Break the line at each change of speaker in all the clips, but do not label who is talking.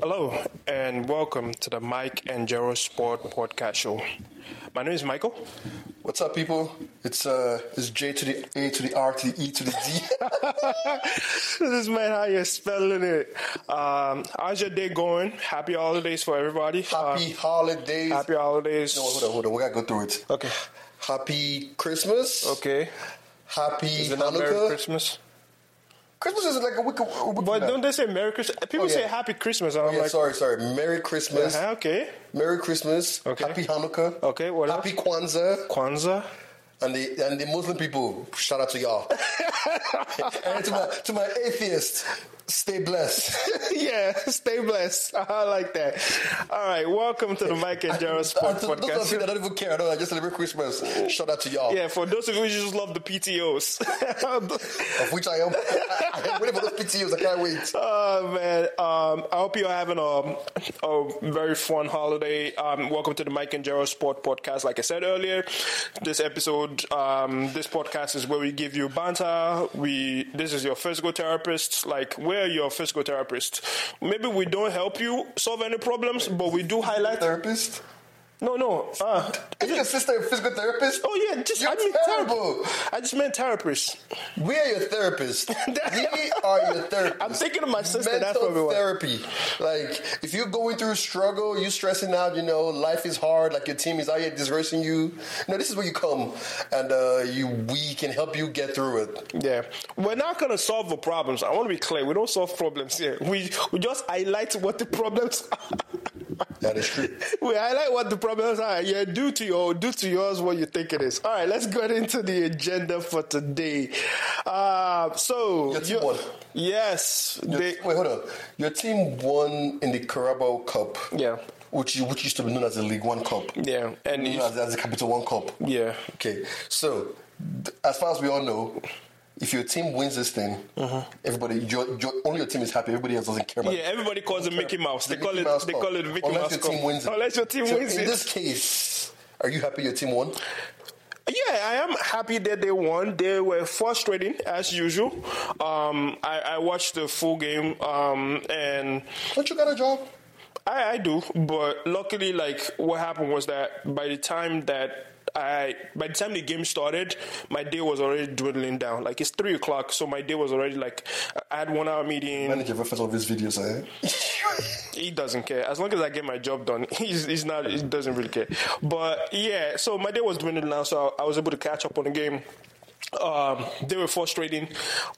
Hello and welcome to the Mike and Gerald Sport Podcast Show. My name is Michael.
What's up, people? It's uh, it's J to the A to the R to the E to the D.
This is man how you're spelling it. Um, how's your day going? Happy holidays for everybody. Uh,
Happy holidays.
happy holidays.
No, hold on, hold on. We gotta go through it.
Okay.
Happy Christmas.
Okay.
Happy
Is it not
Hanukkah.
Merry Christmas?
Christmas is like a week. A week
But
from
don't
now.
they say Merry Christmas? People
Oh, yeah.
say Happy Christmas. I'm
Yeah,
like,
sorry, sorry. Merry Christmas.
uh-huh, okay.
Merry Christmas.
Okay.
Happy Hanukkah.
Okay, what
Happy Kwanzaa.
Kwanzaa.
And the and the Muslim people. Shout out to y'all. and to my to my atheists. Stay blessed.
yeah, stay blessed. I like that. All right, welcome to the Mike and Gerald Sport
And Uh, to those of
Podcast.
you that don't even care, I don't know, I just celebrate Christmas. Shout out to y'all.
Yeah, for those of you who just love the PTOs.
Of which I am. I am waiting for those PTOs. I can't wait.
oh man, um, I hope you're having a, a very fun holiday. Um, welcome to the Mike and Gerald Sport Podcast. Like I said earlier, this episode, um, this podcast is where we give you banter. We this is your physical therapist. Like we're your physical therapist. Maybe we don't help you solve any problems, but we do highlight.
Therapist?
No, no. Uh,
Is your sister a physical therapist?
Oh yeah, just
You're
I mean
terrible.
I just meant therapist.
We are your therapist. we are your therapist.
I'm thinking of my sister,
Mental
that's probably why.
therapy. Like if you're going through struggle, you're stressing out. You know, life is hard. Like your team is out here disversing you. No, this is where you come, and uh, you we can help you get through it.
Yeah, we're not gonna solve the problems. I want to be clear. We don't solve problems here. We we just highlight what the problems. are.
That is true.
we highlight what the problems are. Yeah, do to your do to yours what you think it is. All right, let's get into the agenda for today. Uh, so
Your team
you-
won.
yes, they,
Wait, hold on. Your team won in the Carabao Cup.
Yeah.
Which, you- which used to be known as the League One Cup.
yeah, and
known
it's-
as, as the Capital One Cup.
yeah,
Okay, so th- as far as we all know, if your team wins this thing, everybody, your, your, only your team is happy. Everybody else doesn't care about
Mm-hmm. yeah. Everybody calls it Mickey Mouse. They
the
call
Mickey
it
Mouse
they
Cup.
call it Mickey
Unless
Mouse.
your
Cup.
team wins it.
Unless your team
So
wins
in
it.
this case, are you happy your team won?
Yeah, I am happy that they won. They were frustrating as usual. Um, I, I watched the full game, um, and
Don't you got a job?
I, I do. But luckily, like what happened was that by the time that I, by the time the game started, my day was already dwindling down. Like it's three o'clock, so my day was already like I had one hour meeting.
Manager reference all these videos, eh?
he doesn't care as long as I get my job done. He's, he's not. He doesn't really care. But yeah, so my day was dwindling now, so I, I was able to catch up on the game. Um, they were frustrating.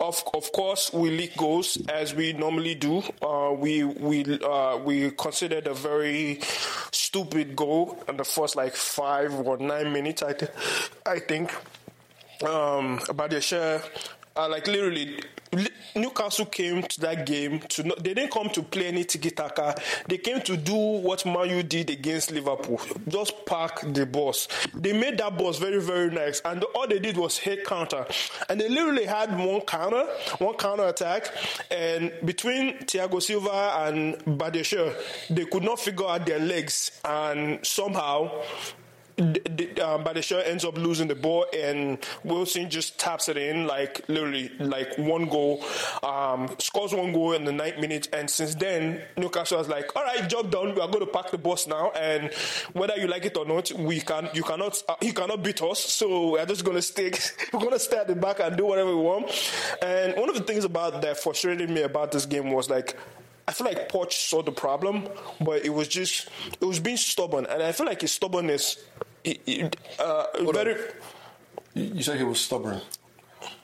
Of of course, we leak goals as we normally do. Uh, we we uh, we considered a very stupid goal in the first like five or nine minutes. I th- I think um, about their share. Uh, like literally, Li- Newcastle came to that game to. Not, they didn't come to play any tiki taka. They came to do what Man U did against Liverpool. Just park the boss. They made that boss very very nice, and all they did was hit counter. And they literally had one counter, one counter attack, and between Thiago Silva and Badesher, they could not figure out their legs, and somehow D- d- um, Badesha ends up losing the ball, and Wilson just taps it in, like literally, like one goal, um, scores one goal in the ninth minute. And since then, Newcastle was like, "All right, job done. We are going to pack the bus now, and whether you like it or not, we can. You cannot. Uh, you cannot beat us. So we're just going to stick. we're going to stay at the back and do whatever we want." And one of the things about that frustrated me about this game was like I feel like Poch saw the problem, but it was just it was being stubborn, and I feel like his stubbornness. It, it, uh, very,
You you said he was stubborn.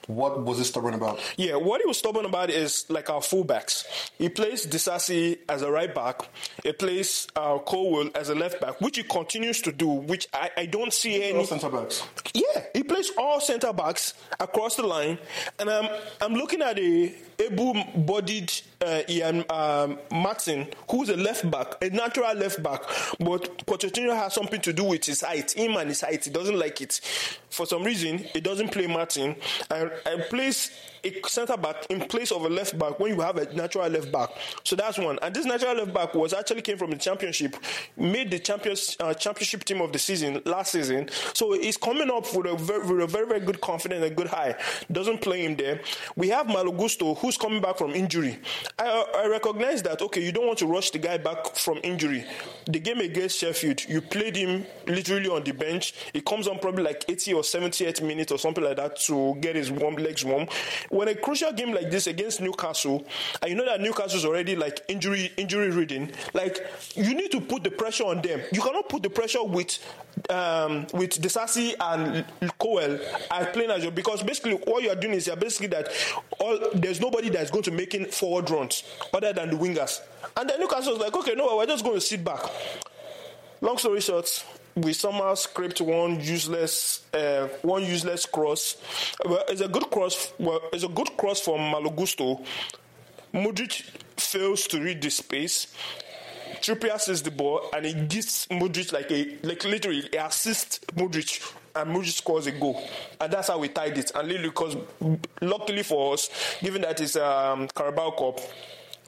What was he stubborn about?
yeah, what he was stubborn about is like our fullbacks. He plays Disasi as a right back. He plays uh, Colwell as a left back, which he continues to do. Which I, I don't see any.
All centre backs.
Yeah, he plays all centre backs across the line, and I'm I'm looking at a able-bodied uh, Ian um, Martin, who's a left back, a natural left back, but Pochettino has something to do with his height, him and his height. He doesn't like it for some reason. He doesn't play Martin and, and plays a centre back in place of a left back when you have a natural left back. So that's one. And this natural left back was actually came from the championship, made the champions uh, championship team of the season last season. So he's coming up with a very, with a very, very good confidence and good high. Doesn't play him there. We have Malogusto who's coming back from injury. I, uh, I recognize that okay, you don't want to rush the guy back from injury. The game against Sheffield, you played him literally on the bench. He comes on probably like 80 or 78 minutes or something like that to get his warm legs warm. When a crucial game like this against Newcastle, and you know that Newcastle's already like injury injury ridden, like you need to put the pressure on them. You cannot put the pressure with um, with Desasi and Cowell are playing as your because basically what you are doing is you're basically that all there's nobody that's going to make in forward runs other than the wingers. And then Newcastle was like, okay, no, we're just going to sit back. Long story short, we somehow scraped one useless uh, one useless cross. Well, it's a good cross. Well, it's a good cross from Malogusto. Modric fails to read the space. Trippier sees the ball and he gives Modric like a like literally he assists Modric and Modric scores a goal and that's how we tied it and literally because luckily for us given that it's um, Carabao Cup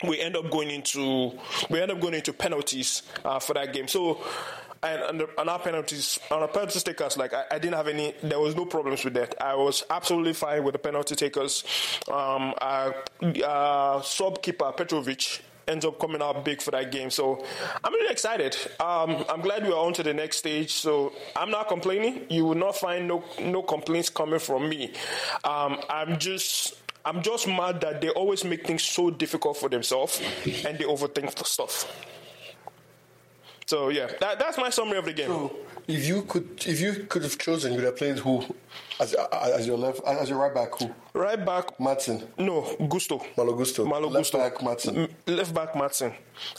we end up going into we end up going into penalties uh, for that game so and, and, the, and our penalties on our penalty takers like I, I, didn't have any there was no problems with that I was absolutely fine with the penalty takers um our, our sub keeper Petrovic ends up coming out big for that game. So I'm really excited. Um, I'm glad we are on to the next stage. So I'm not complaining. You will not find no no complaints coming from me. Um, I'm just I'm just mad that they always make things so difficult for themselves and they overthink the stuff. So yeah, that, that's my summary of the game.
So if you could, if you could have chosen, you would have played who as, as your left, as your right back, who
right back
Martin,
no, Gusto.
Malo Gusto,
Malo
left
Gusto.
back Martin.
M- left back Martin.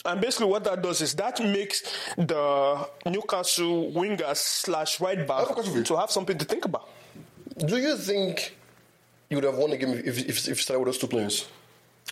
And basically, what that does is that makes the Newcastle wingers slash right back
Of course it will.
to have something to think about.
Do you think you would have won the game if if, if you started with those two players?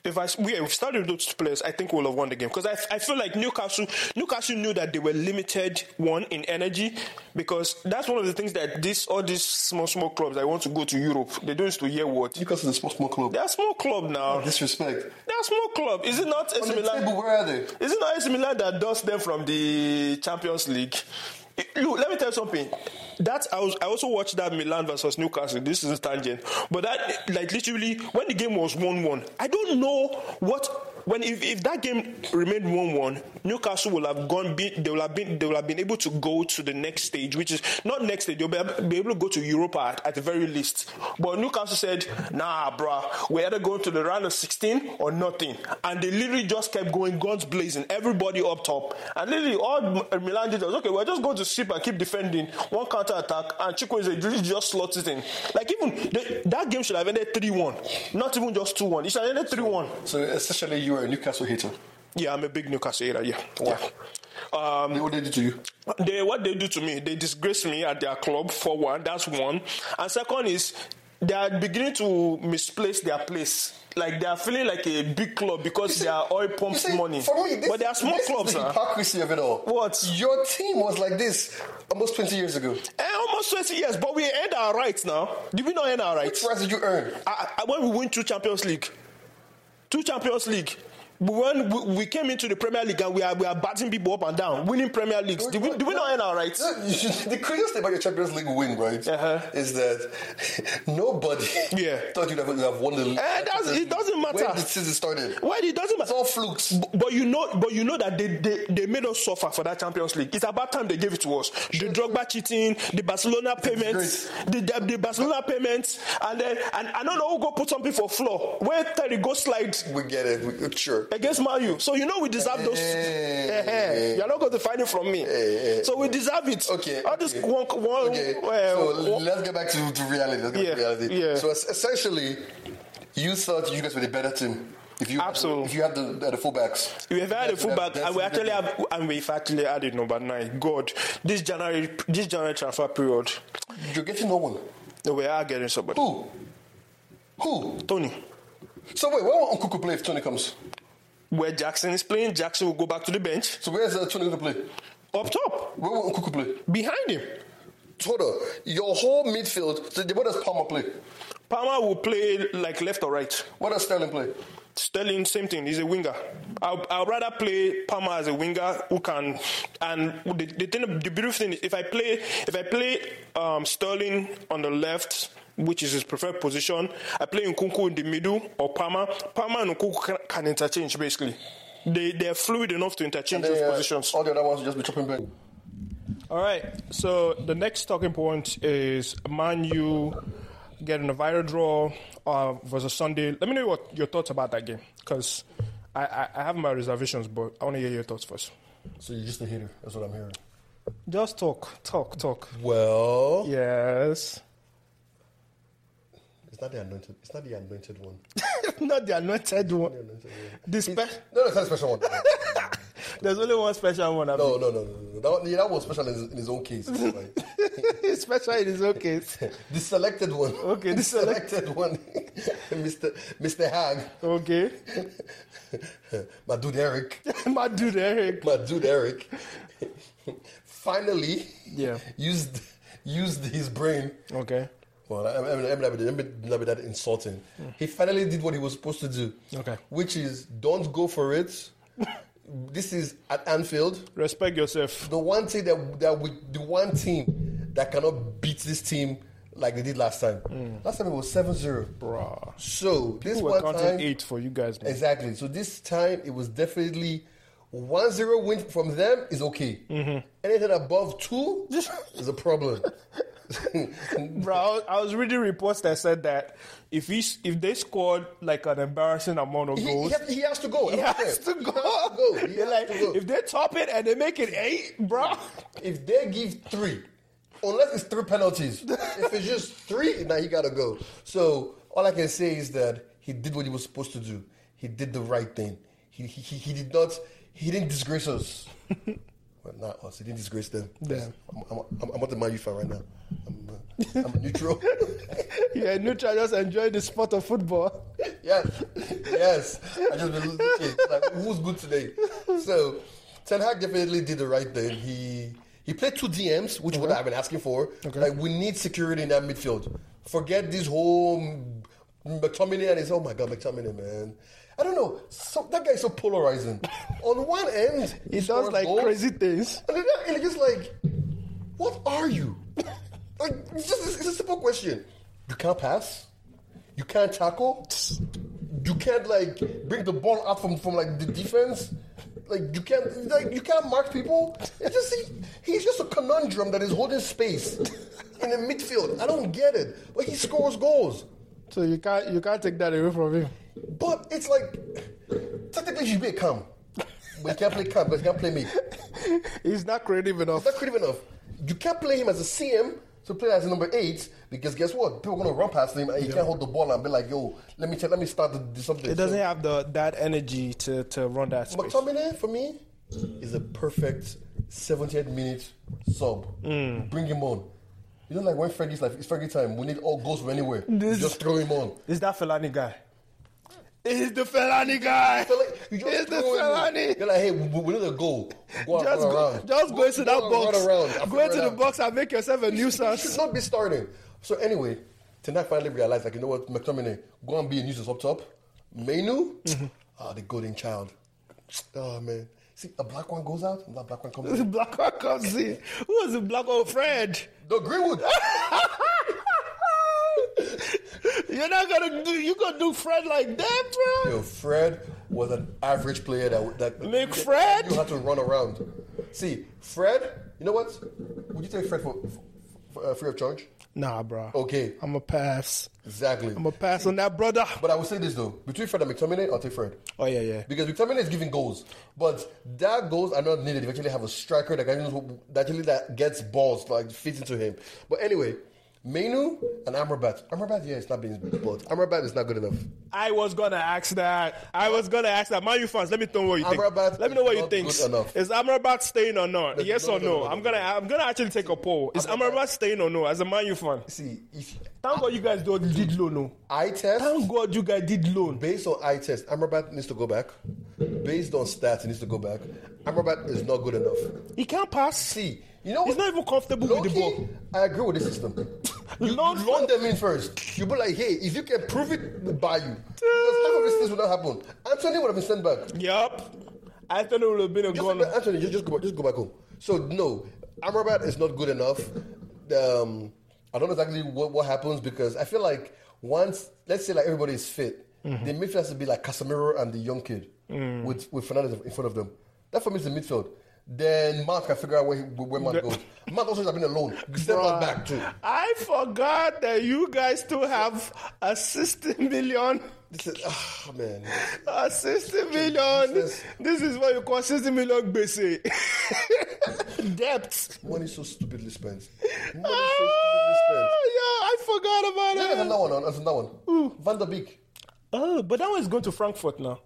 If I we if started with those two players, I think we'll have won the game because I, I feel like Newcastle Newcastle knew that they were limited one in energy because that's one of the things that this all these small small clubs that want to go to Europe they do is to hear what
Because of the small small club. Ah,
they're a small club now
Disrespect.
they're a small club is it not AC
On the
Milan
table, where are they?
Is it not AC Milan that does them from the Champions League? Eh, Look, let me tell you something. That I, was, I also watched that Milan versus Newcastle. This is tangent, but that like literally when the game was one one, I don't know what when if, if that game remained one one, Newcastle will have gone. Be, they will have been they will have been able to go to the next stage, which is not next stage. They'll be, ab- be able to go to Europa at, at the very least. But Newcastle said, "Nah, bruh, we're either going to the round of 16 or nothing." And they literally just kept going guns blazing, everybody up top, and literally all M- Milan did was okay. We're just going to sip and keep defending. One counter attack, and Chikwueze literally just slots it in. Like even the, that game should have ended 3-1, not even just 2-1. It should have ended 3-1.
So essentially, you are a Newcastle hater.
Yeah, I'm a big Newcastle hater. Yeah, yeah.
Um, what did they do to you?
they what they do to me they disgrace me at their club for one that's one and second is they are beginning to misplace their place like they are feeling like a big club because
see-
they are oil
You
pumps
see,
money
For me, this,
but they are small
this
clubs
Is the
huh?
hypocrisy of it all.
What?
Your team was like this almost 20 years ago.
Eh, almost 20 years but we earned our rights now did we not earn our rights
Which prize did you earn?
I, I, when we win two Champions League, two Champions League, we when we, we came into the Premier League and we are we are batting people up and down, winning Premier Leagues. Did we, did we not earn our rights?
The craziest thing about your Champions League win, right,
Uh-huh.
is that nobody
Yeah.
thought you'd have, have won the league.
Eh, that's- it doesn't
When
matter.
the season started,
Well, it doesn't matter.
it's all flukes.
B- But you know, but you know that they, they, they made us suffer for that Champions League. It's about time they gave it to us. The Drogba cheating, the Barcelona payments, the, the, the Barcelona payments, and then and I don't know who go put something for floor where Terry go slide
We get it. We, sure.
against Mario. So you know we deserve those.
Hey.
Eh, eh. You're not going to find it from me. So we deserve it.
Eh, Okay,
All this
okay.
one, one,
Okay.
well,
so
one-
let's get back to, to reality. Let's get
Yeah,
back to reality.
yeah.
So es- essentially, you thought you guys were the better team. If you
Absolutely.
if you had the, the fullbacks,
We have had a
That's-
fullback,
that's-
and we
that's-
actually have, and we've actually added number nine. God, this January, this January transfer period,
you're getting no one.
we are getting somebody.
Who? Who?
Tony,
So wait, where will Nkuku play if Tony comes?
where Jackson is playing, Jackson will go back to the bench,
So where's uh, Tony going to play?
up top,
Where will Nkuku play?
behind him.
Hold on. Your whole midfield, so the- where does Palmer play?
Palmer will play like left or right.
What does Sterling play?
Sterling, same thing. He's a winger. I'll, I'll rather play Palmer as a winger who can. And the, the thing, the beautiful thing, is if I play, if I play um, Sterling on the left, which is his preferred position, I play Nkunku in the middle or Palmer. Palmer and Nkunku can, can interchange basically. They they're fluid enough to interchange
They,
those
uh,
positions.
All the other ones will just be chopping back.
All right. So the next talking point is Man U getting a viral draw uh, versus Sunday. Let me know what your thoughts about that game because I, I, I have my reservations, but I want to hear your thoughts first.
So you're just a hater. That's what I'm hearing.
Just talk, talk, talk.
Well,
Yes.
it's not the anointed. It's not the anointed one.
Not the anointed one. This spe-
No, no, it's not a special one.
there's only one special one.
No, no, no, no, no. That, one- yeah, that was special in his, in his own case. right?
special in his own case.
the selected one.
Okay, the
the selected one. Mr. Mr. Hag,
Okay.
my dude Eric,
My dude Eric.
my dude Eric, finally,
Yeah.
used used his brain.
Okay.
Well, I, I mean, I mean, I mean, I mean, not be that insulting. He finally did what he was supposed to do.
Okay.
Which is don't go for it. this is at Anfield.
Respect yourself.
The one thing that that we, the one team that cannot beat this team like they did last time. Last time it was 7-0.
Bruh.
So this
We're
one
counting
time
eight for you guys, man.
exactly. So this time it was definitely 1-0 win from them is okay. Anything above two is a problem.
Bro, I was, I was reading reports that said that if he s- if they scored like an embarrassing amount of
He, he,
goals,
has, he has to go.
he has to
He
go.
has to go. He
They're
has
like,
to go.
if they top it and they make it eight, bro,
If they give three, unless it's three penalties, if it's just three, now he gotta go. So all I can say is that he did what he was supposed to do. He did the right thing. He he, he, he did not. He didn't disgrace us. well, not us. He didn't disgrace them.
Them.
I'm, I'm, I'm, I'm not the Man U fan right now. I'm, uh, I'm a neutral.
yeah, neutral just enjoy the sport of football.
yes, yes. I just been looking like who's good today. So Ten Hag definitely did the right thing. He he played two DMs, which what I've been asking for. Like we need security in that midfield. Forget this whole M- McTominay and his oh my god McTominay man. I don't know. So, that guy's so polarizing. On one end,
He does
scores
like
goals,
crazy things.
and then and it's just like, what are you? like, it's just it's a simple question. You can't pass. You can't tackle. You can't like bring the ball up from, from like the defense. Like you can't like you can't mark people. It's just he, he's just a conundrum that is holding space in the midfield. I don't get it, but he scores goals.
So you can't you can't take that away from him.
But it's like technically you should be a cam, but you can't play cam, but you can't play me.
He's not creative enough.
That's not creative enough. You can't play him as a CM to play as a number eight because guess what? People are gonna run past him and he can't hold the ball and be like, "Yo, let me tell, let me start the, the something."
He doesn't have the that energy to to run that
So,
space.
McTominay for me is a perfect 70th minute sub.
Mm.
Bring him on. You know, like when Fergie's like, it's Fergie time. We need all goals from anywhere.
This-
Just throw him on.
Is that Felani guy? He's the Felani guy.
So, like, you just
He's the
throw him on.
Felani.
You're like, hey, we, we need a goal. Go out,
Just
run
go,
around.
just go into that
out, run
box.
around. I'll
Go into
figure it
the
out.
box and make yourself a
He
nuisance.
should not be starting. So anyway, tonight finally realized, like, you know what, McTominay, go and be a nuisance up top. Menu,
Mm-hmm.
ah, the golden child. Oh, man. See, a black one goes out, and that black one comes
The
in.
black one comes in. Who was the black one? Fred.
No, Greenwood.
You're not gonna do. You gonna do Fred like that, bro?
Yo, Fred was an average player that... that
Make Fred?
You had to run around. See, Fred, you know what? Would you take Fred for, for uh, free of charge?
Nah, bro.
Okay.
I'm a pass.
Exactly.
I'm a pass on that, brother.
But I will say this, though. Between Fred and McTominay, I'll take Fred.
Oh yeah, yeah.
Because McTominay is giving goals, but that goals are not needed. You actually have a striker that can that actually that gets balls like fits into him. But anyway, Menu and Amrabat. Amrabat, yeah, it's not being but Amrabat is not good enough.
I was gonna ask that. I was gonna ask that. Man, you fans, let me know what you think.
Amrabat
Let me know what
is
you
not
think.
good enough.
Is Amrabat staying or not? yes
no,
or
no,
no?
no, no,
I'm
no,
gonna. I'm gonna actually take a poll. Is Amrabat staying or no? As a Man U fan,
See, if
thank God you guys don't did loan. No,
I test
thank God you guys did loan.
based on I test, Amrabat needs to go back. Based on stats, he needs to go back. Amrabat is not good enough.
He can't pass.
See, You know
He's
what?
not even comfortable with the
Low-key,
ball.
I agree with the system. You, you
Loan-
loan them in first. You be like, hey, if you can prove it, we'll buy you. Because half of these things would not happen. Anthony would have been sent back.
Yup. I thought it would have been a
Just,
goal.
Anthony, just, just go back, just go back home. So no, Amrabat is not good enough. Um, I don't know exactly what, what happens because I feel like once, let's say like everybody is fit, the midfield has to be like Casemiro and the young kid with with Fernandez in front of them. That for me is the midfield. Then Mark can figure out where he, where Mark goes. Mark also has been alone. Step
Bruh.
out back too.
I forgot that you guys still have a 60 million.
This is, ah, man.
A 60 million.
Jesus.
This is what you call 60 million basic Debt.
Money so stupidly spent. Money
Ah,
so stupidly spent.
Oh, yeah, I forgot
That's
about it.
another one. That's another one. Van der Beek.
Oh, but that one is going to Frankfurt now.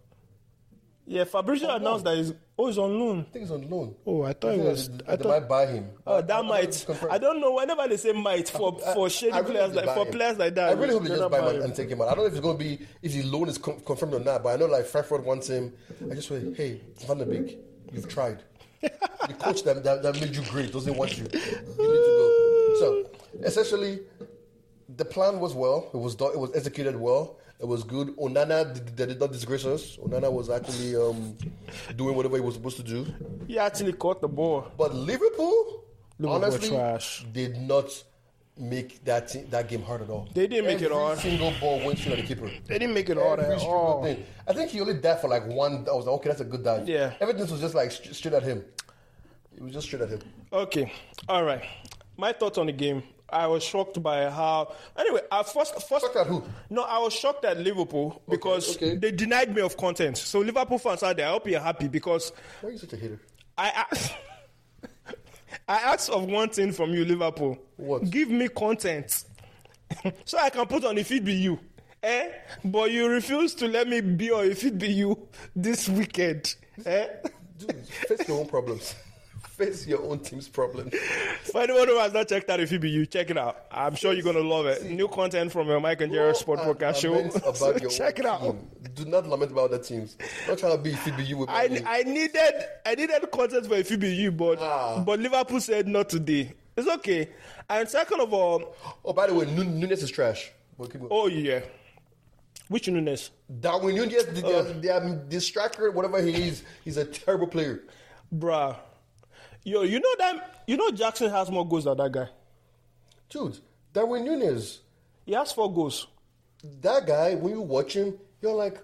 Yeah, Fabrizio announced that he's oh, he's on loan.
I think he's on loan.
Oh, I thought it was.
They,
I
they
thought,
might buy him.
oh,
I- I-
that might.
Uh, confirm.
I don't know. Whenever they say might for
I-
for shady
I really
players
hope they
like for
buy him.
players like that,
I really hope they
they're
just
not
buy him
buying.
and, and take him out. I don't know if it's going to be if the loan is con- confirmed or not, but I know like Frankfurt wants him. I just say, hey, Van der Beek, you've tried. the coach that, that, that made you great doesn't want you. You need to go. So essentially, the plan was well. It was done. It was executed well. It was good. Onana did, they did not disgrace us. Onana was actually um, doing whatever he was supposed to do.
He actually caught the ball.
But Liverpool,
Liverpool
honestly,
trash.
did not make that thi- that game hard at all.
They didn't make it
Every
hard.
Single ball went through the keeper.
They didn't make it hard
Every
at
single
all.
thing. I think he only died for like one. I was like, okay, that's a good dive.
Yeah.
Everything was just like st- straight at him. It was just straight at him.
Okay, all right. My thoughts on the game. I was shocked by how. Anyway, I first first.
Shocked at who?
No, I was shocked at Liverpool because
okay.
they denied me of content. So Liverpool fans out there, I hope you're happy because
Why are you such a hater?
I asked, I asked of one thing from you, Liverpool.
What?
Give me content so I can put on if it be you. Eh? But you refuse to let me be on if it be you this weekend. Eh?
Dude, face your own problems. face your own team's problems.
For anyone who has not checked out if it be you, check it out. I'm sure you're gonna love it. New content from your Mike and Jerry Sport
Don't
Podcast show.
lament About your
check
own
it out.
team. Do not lament about other teams. Not trying to be if it be you with
I,
me.
I needed I needed content for a FBU, but
Ah.
but Liverpool said not today. It's okay. And second of all,
Oh, by the way, Nun- Nunes is trash. But keep going.
oh yeah, which Nunes?
Darwin Nunez, the, the, the, um, the striker, whatever he is, he's a terrible player.
Bruh. Yo, you know that you know Jackson has more goals than that guy.
Dude, Darwin Nunez,
He has four goals.
that guy, when you watch him, you're like,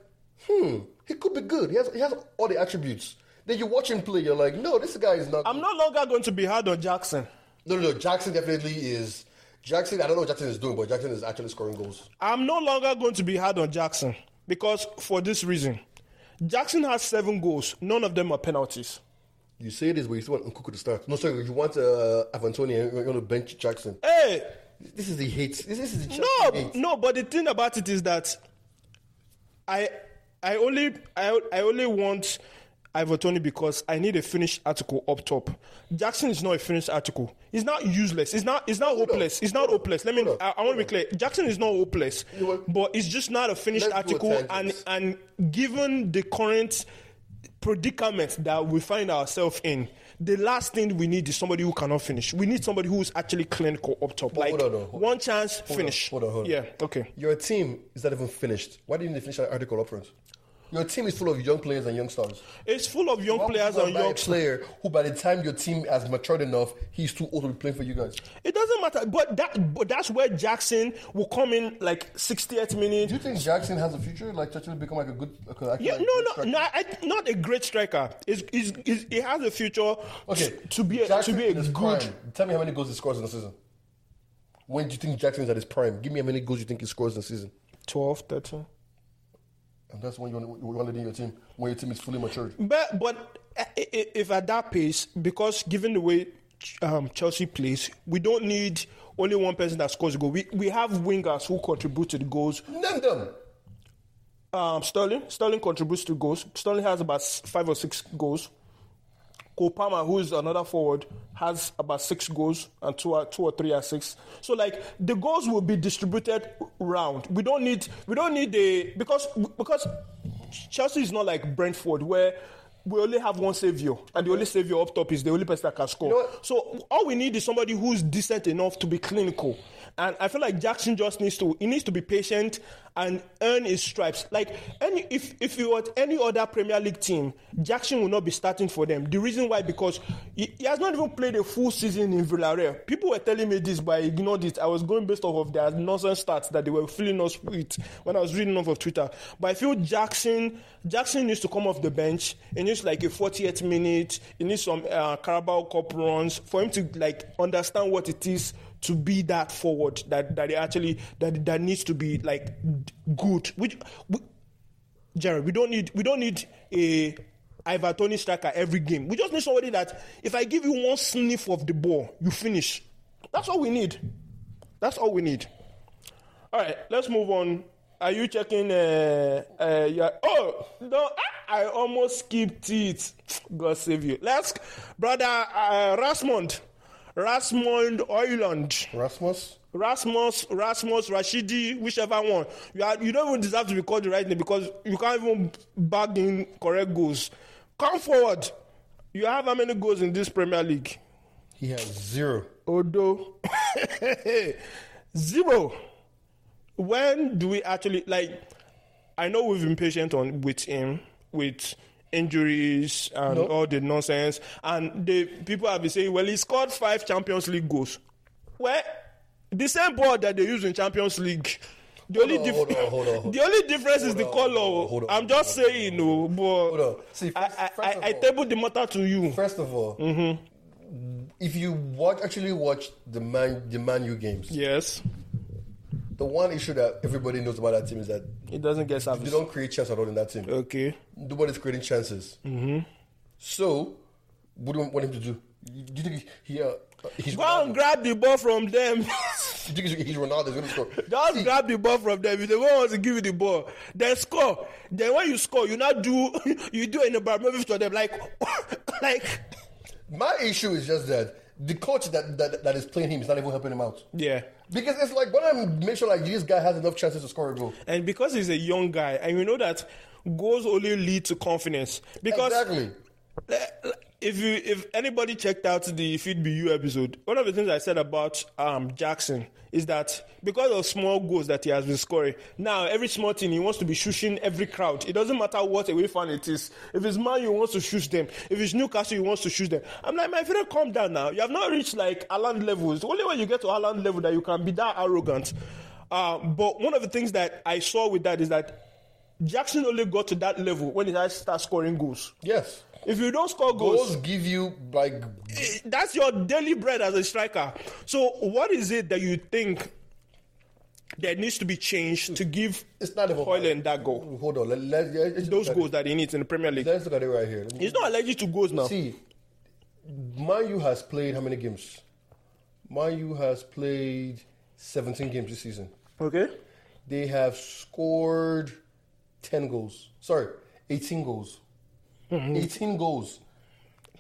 hmm, he could be good. He has, he has all the attributes. Then you watch him play, you're like, no, this guy is not.
I'm no longer going to be hard on Jackson.
no, no, no. Jackson definitely is. Jackson, I don't know what Jackson is doing, but Jackson is actually scoring goals.
I'm no longer going to be hard on Jackson because for this reason. Jackson has seven goals. None of them are penalties.
You say this, but you still want Nkuku to start. No, sorry, you want uh, Avantoni and you're going to bench Jackson.
Hey,
This is the hate. This, this is the Chelsea
No,
hate.
no, but the thing about it is that I I only I, I only want Ivo Tony because I need a finished article up top. Jackson is not a finished article. It's not useless. It's not it's not hopeless. It's not hopeless. Let me
Hold on.
I, I want to be clear. Jackson is not hopeless.
You know what?
But it's just not a finished
Let's do a
article and
tangent.
and given the current predicament that we find ourselves in, the last thing we need is somebody who cannot finish. We need somebody who's actually clinical up top. Like
hold on, hold on.
one chance, finish.
hold on, hold on.
Yeah, okay.
Your team is not even finished. Why didn't they finish that article up front? Your team is full of young players and young stars.
It's full of young
Why would
players
you not
and
buy
young.
a player who, by the time your team has matured enough, he's too old to be playing for you guys.
It doesn't matter, but that but that's where Jackson will come in like 68th minute.
Do you think Jackson has a future? Like Churchill will become like a good? Like, actually,
Yeah,
like, good
no, no,
striker?
no. I, not a great striker. Is is it has a future
Okay,
to be a, to
Jackson
be a
in his
good.
prime. Tell me how many goals he scores in the season. When do you think Jackson is at his prime? Give me how many goals you think he scores in the season.
12, 13.
And that's when you want, you want to lead your team when your team is fully matured.
But but i- i- if at that pace, because given the way um, Chelsea plays, we don't need only one person that scores a goal. We we have wingers who contribute to the goals.
Name them.
Um, Sterling Sterling contributes to goals. Sterling has about s- five or six goals. Kopama, who is another forward, has about six goals and two or two or three or six. So like the goals will be distributed round. We don't need we don't need the because because Chelsea is not like Brentford where we only have one savior, and the only savior up top is the only person that can score.
You know what?
so all we need is somebody who's decent enough to be clinical. And I feel like Jackson just needs to he needs to be patient and earn his stripes. Like any if if you were any other Premier League team, Jackson will not be starting for them. The reason why because he, he has not even played a full season in Villarreal. People were telling me this, but I ignored it. I was going based off of their nonsense stats that they were filling us with when I was reading off of Twitter. But I feel Jackson Jackson needs to come off the bench. He needs like a 48 minute. He needs some uh, Carabao Cup runs for him to like understand what it is to be that forward that that they actually that that needs to be like d- good. Which, we, Jared, we don't need we don't need a Ivatoni striker every game. We just need somebody that if I give you one sniff of the ball, you finish. That's all we need. That's all we need. All right, let's move on. Are you checking? Uh, uh, yeah. Oh no, I, I almost skipped it. God save you. Let's, brother uh, Rasmond, Rasmond Oiland.
Rasmus?
Rasmus, Rasmus, Rashidi, whichever one. You are, you don't even deserve to be called the right name because you can't even bag in correct goals. Come forward. You have how many goals in this Premier League?
He has zero.
Odo. Zero. When do we actually like I know we've been patient on with him with injuries and
Nope.
all the nonsense and the people have been saying, Well he scored five Champions League goals. Well the same board that they use in Champions League. The only,
on,
dif-
hold on, hold on, hold
the only difference is the
on,
color.
hold on, hold on,
I'm just saying, no, but
on. See, first-
I, I,
first of
I, I
all-
tabled the matter to you.
First of all,
Mm-hmm.
if you watch actually watch the Man the Man U games,
Yes,
the one issue that everybody knows about that team is that
it doesn't get
they
service.
don't create chances at all in that team.
Okay.
Nobody's creating chances.
Mm-hmm.
So, what do you want him to do? Do you think he, uh, he's
Go and
Ronaldo?
grab the ball from them.
Do you think he's Ronaldo? He's going to score.
Just grab the ball from them. If they don't want to give you the ball, then score. Then when you score, you now do you do an Abramovich to them like like
My issue is just that the coach that, that that is playing him is not even helping him out.
yeah.
Because it's like, why not make sure like this guy has enough chances to score a goal?
And because he's a young guy, and you know that goals only lead to confidence. Because
Exactly.
if you if anybody checked out the Feed Be You episode, one of the things I said about um Jackson is that because of small goals that he has been scoring, now every small thing he wants to be shushing every crowd. It doesn't matter what away fan it is. If it's Man, you wants to shush them. If it's Newcastle, you wants to shush them. I'm like, my friend, calm down now. You have not reached like Alan level. It's the only way you get to Alan level that you can be that arrogant. Uh, but one of the things that I saw with that is that Jackson only got to that level when he started scoring goals.
Yes.
If you don't score goals eh,
Goals give you like
that's your daily bread as a striker. So what is it that you think that needs to be changed to give
it's not even
Hoyland that goal?
Hold on. Let, let, let, let's
Those
look at
goals that he needs in the Premier
it.
League.
Let's look at it right here. Let me-
He's not allergic to goals now.
See, Mayu has played how many games? Mayu has played 17 games this season.
Okay.
They have scored 10 goals. Sorry, 18 goals. 18 goals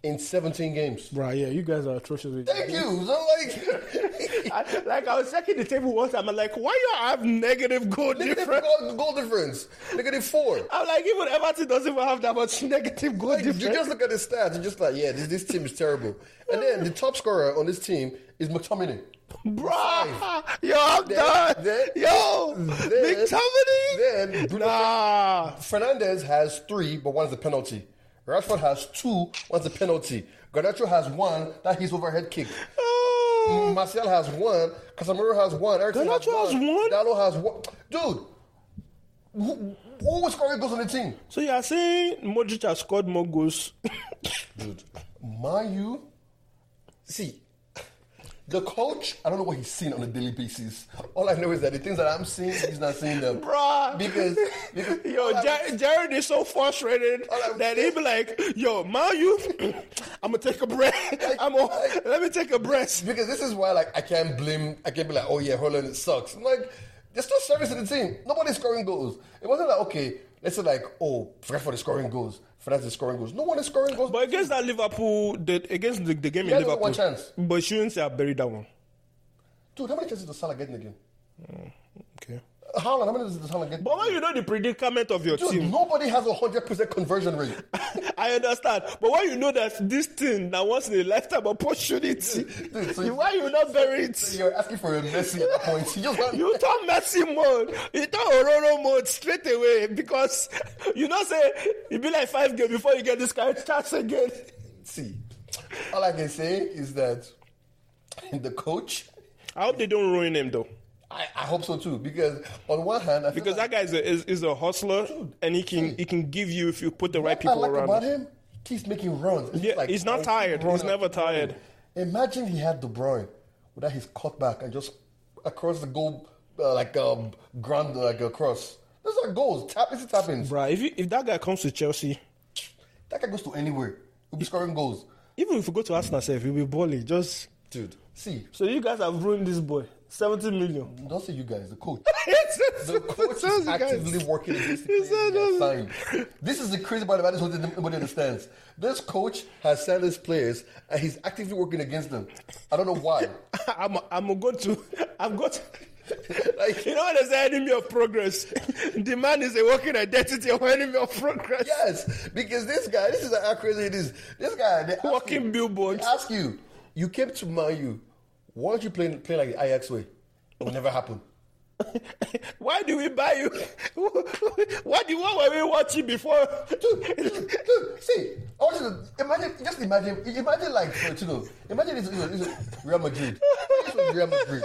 in 17 games.
Right, yeah, you guys are atrocious with
Thank you. So like,
I, like I was checking the table one time, I'm like, why you have negative goal
negative
difference?
goal, goal difference. Negative four.
I'm like, even Everton doesn't even have that much negative goal
Like, you
difference.
just look at the stats. You're just like, yeah, this, this team is terrible. And then the top scorer on this team is McTominay.
Bruh, yo, I'm done.
then-
yo,
then-
McTominay.
then Bruno
nah.
Fernandez has three, but one's a penalty. Rashford has two, one's a penalty. Garnacho has one, that he's overhead kick.
Oh.
Martial has one, Casemiro has one, Ericsson has
Garnacho has
one,
one?
Dalo has one. Dude, who, who was scoring goals on the team?
So you are saying Modric has scored more goals?
Dude, Mayu, see, the coach, I don't know what he's seeing on a daily basis. All I know is that the things that I'm seeing, he's not seeing them.
Bruh.
Because, because
Yo,
all I-
Jer- Jared is so frustrated
All I'm
that he be like, "Yo, man, you, I'm gonna take a breath. I'm gonna let me take a breath."
because this is why like I can't blame I can't be like oh yeah Holland it sucks I'm like there's no service in the team nobody's scoring goals it wasn't like okay let's say like oh Rashford is scoring goals Fernandes is scoring goals no one is scoring goals
But against that Liverpool, the, against the, the game in
had
Liverpool,
one chance.
but shouldn't say I buried that one.
dude how many chances does Salah get in the game
Okay.
Haaland, how many does Haaland get?
But when you know the predicament of your
Dude,
team,
nobody has a hundred percent conversion rate.
I understand. But when you know that this thing, that once in a lifetime opportunity,
Dude, so-
why you not bury it?
So you're asking for a Messi at points. You just want
You turn Messi mode, you turn Ororo mode straight away because you know say it be like five games before you get this kind of chance again.
see. All I can say is that the coach.
I hope they don't ruin him though,
I, I hope so too because on one hand, I feel
because
like,
that guy is a, is, is a hustler and he can he can give you if you put the right
I
people
like about
around. him.
him, he keeps making runs. It's
Yeah,
like
he's not tired.
Bruyne
He's
and
never
De Bruyne.
tired.
Imagine he had De Bruyne without his cutback and just across the goal uh, like um ground like a cross. Those are goals. Tap is it tapping?
Bruh, if you, if that guy comes to Chelsea,
That guy goes to anywhere. He'll be scoring goals,
even if you go to Arsenal, sef, he'll be balling. Just
dude. See,
so you guys have ruined this boy, seventy million.
don't say you guys. The coach. The coach is actively
Actively
working against the players he has signed. This is the crazy part about this whole thing that nobody understands. This coach has signed his players and he's actively working against them. I don't know why.
I'm I'm going to I'm going to
Like,
You know what is the enemy of progress? the man is a working identity of enemy of progress.
yes, because this guy, this is how crazy it is. This guy, they ask
Walking
you-
billboard.
they Ask you, you came to Man U. Why don't you play play like the Ajax way? It will never happen.
Why do we buy you? what do what were we watching before?
Dude, dude, dude, see, I want you to imagine, just imagine, imagine like Florentino. Imagine it's, it's, it's Real Madrid. This was Real Madrid.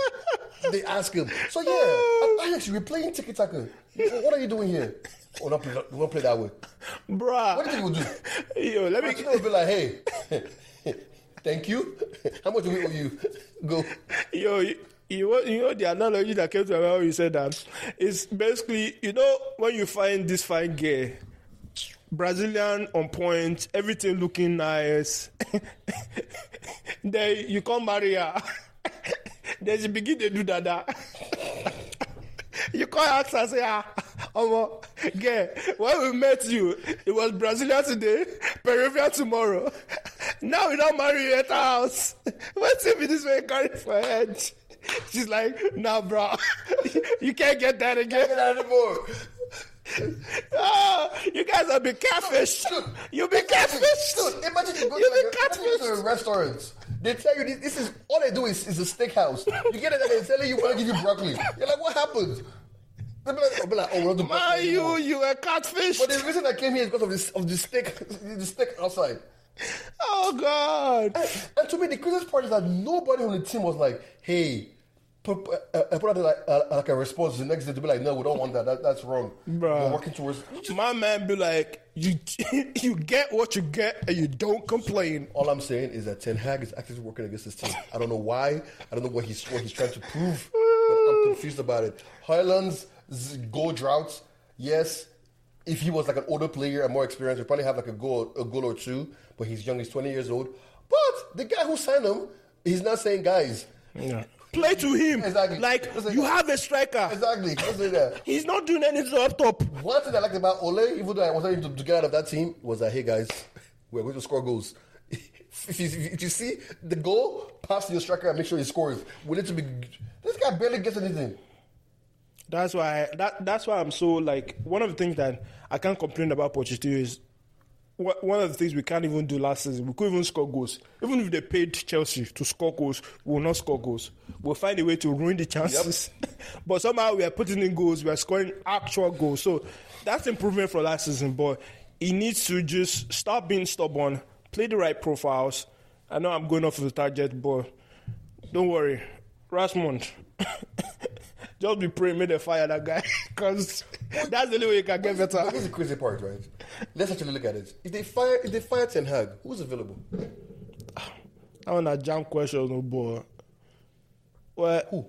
They ask him, so yeah, at Ajax, you were playing tiki taka. What are you doing here? Oh, not play, we won't play that way.
Bruh.
What do you think we'll do?
Yo, let me
Florentino will be like, hey, thank you. How much do we owe you? Go.
yo you, you know- you know the analogy that came to my mind when you said that is basically you know when you find this fine girl brazilian on point everything looking nice then you come marry her then she begin dey do dada you come ask her say ah omo girl when we met you it was brazilian today peruvian tomorrow now we don marry you enter house wetin be this way you carry for head she's like nah bro you can't get that again
Get out of the board.
Ah, you guys have been catfish. You been catfish.
Dude, imagine you go
You
to,
be
like a, imagine you go to a restaurant. They tell you this, this is all they do is, is a steakhouse. You get it and they're telling you want to give you broccoli. You're like, what happened? They'll be like, they'll be like, oh, we're not doing
Man,
broccoli
you
anymore.
you a catfish.
But the reason I came here is because of this of the steak the steak outside.
Oh God.
And to me, the craziest part is that nobody on the team was like, hey, put, uh, uh, put out like, uh, like a response the next day to be like, no, we don't want that. that that's wrong.
Bruh.
We're working towards.
My man be like, you you get what you get and you don't complain.
All I'm saying is that Ten Hag is actively working against his team. I don't know why. I don't know what he's what he's trying to prove. But I'm confused about it. Highlands goal drought. Yes, if he was like an older player and more experienced, we'd probably have like a goal a goal or two. But he's young. He's 20 years old. But the guy who signed him, he's not saying guys.
Play to him.
Exactly.
Like
Exactly.
you have a striker.
Exactly. Let's say that.
He's not doing anything up top.
One thing I liked about Ole, even though I wanted him to, to get out of that team, was that hey guys, we're going to score goals. If you, if you see the goal, pass to your striker and make sure he scores. We need to be. This guy barely gets anything.
That's why that that's why I'm so like one of the things that I can't complain about Pochettino is wha- one of the things we can't even do last season. We couldn't even score goals. Even if they paid Chelsea to score goals, we'll not score goals. We'll find a way to ruin the chances. but somehow we are putting in goals. We are scoring actual goals. So that's improvement from last season. But he needs to just stop being stubborn, play the right profiles. I know I'm going off the target, but don't worry, Rasmond. Just be praying, may they fire that guy, because that's the only way you can get better.
But here's the crazy part, right? Let's actually look at it. If they fire, if they fire Ten Hag, who's available?
I want a jam question, no boy. Well,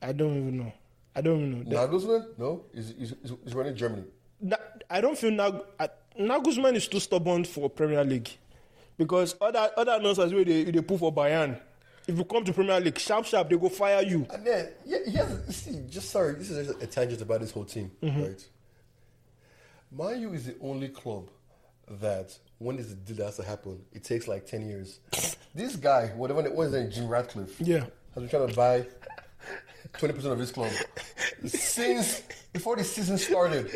I don't even know. I don't even know.
Nagelsmann? No, he's, he's, he's- he's running Germany.
Na- I don't feel Nag- I- Nagelsmann is too stubborn for Premier League because other other nonsense where they they pull for Bayern. If you come to Premier League, sharp sharp, they go fire you.
And then, yeah, he has, see, just sorry, this is just a tangent about this whole team, right? Man U is the only club that when this deal has to happen, it takes like 10 years. this guy, whatever it was, then Jim Ratcliffe,
Yeah.
has been trying to buy 20% of his club. since before the season started.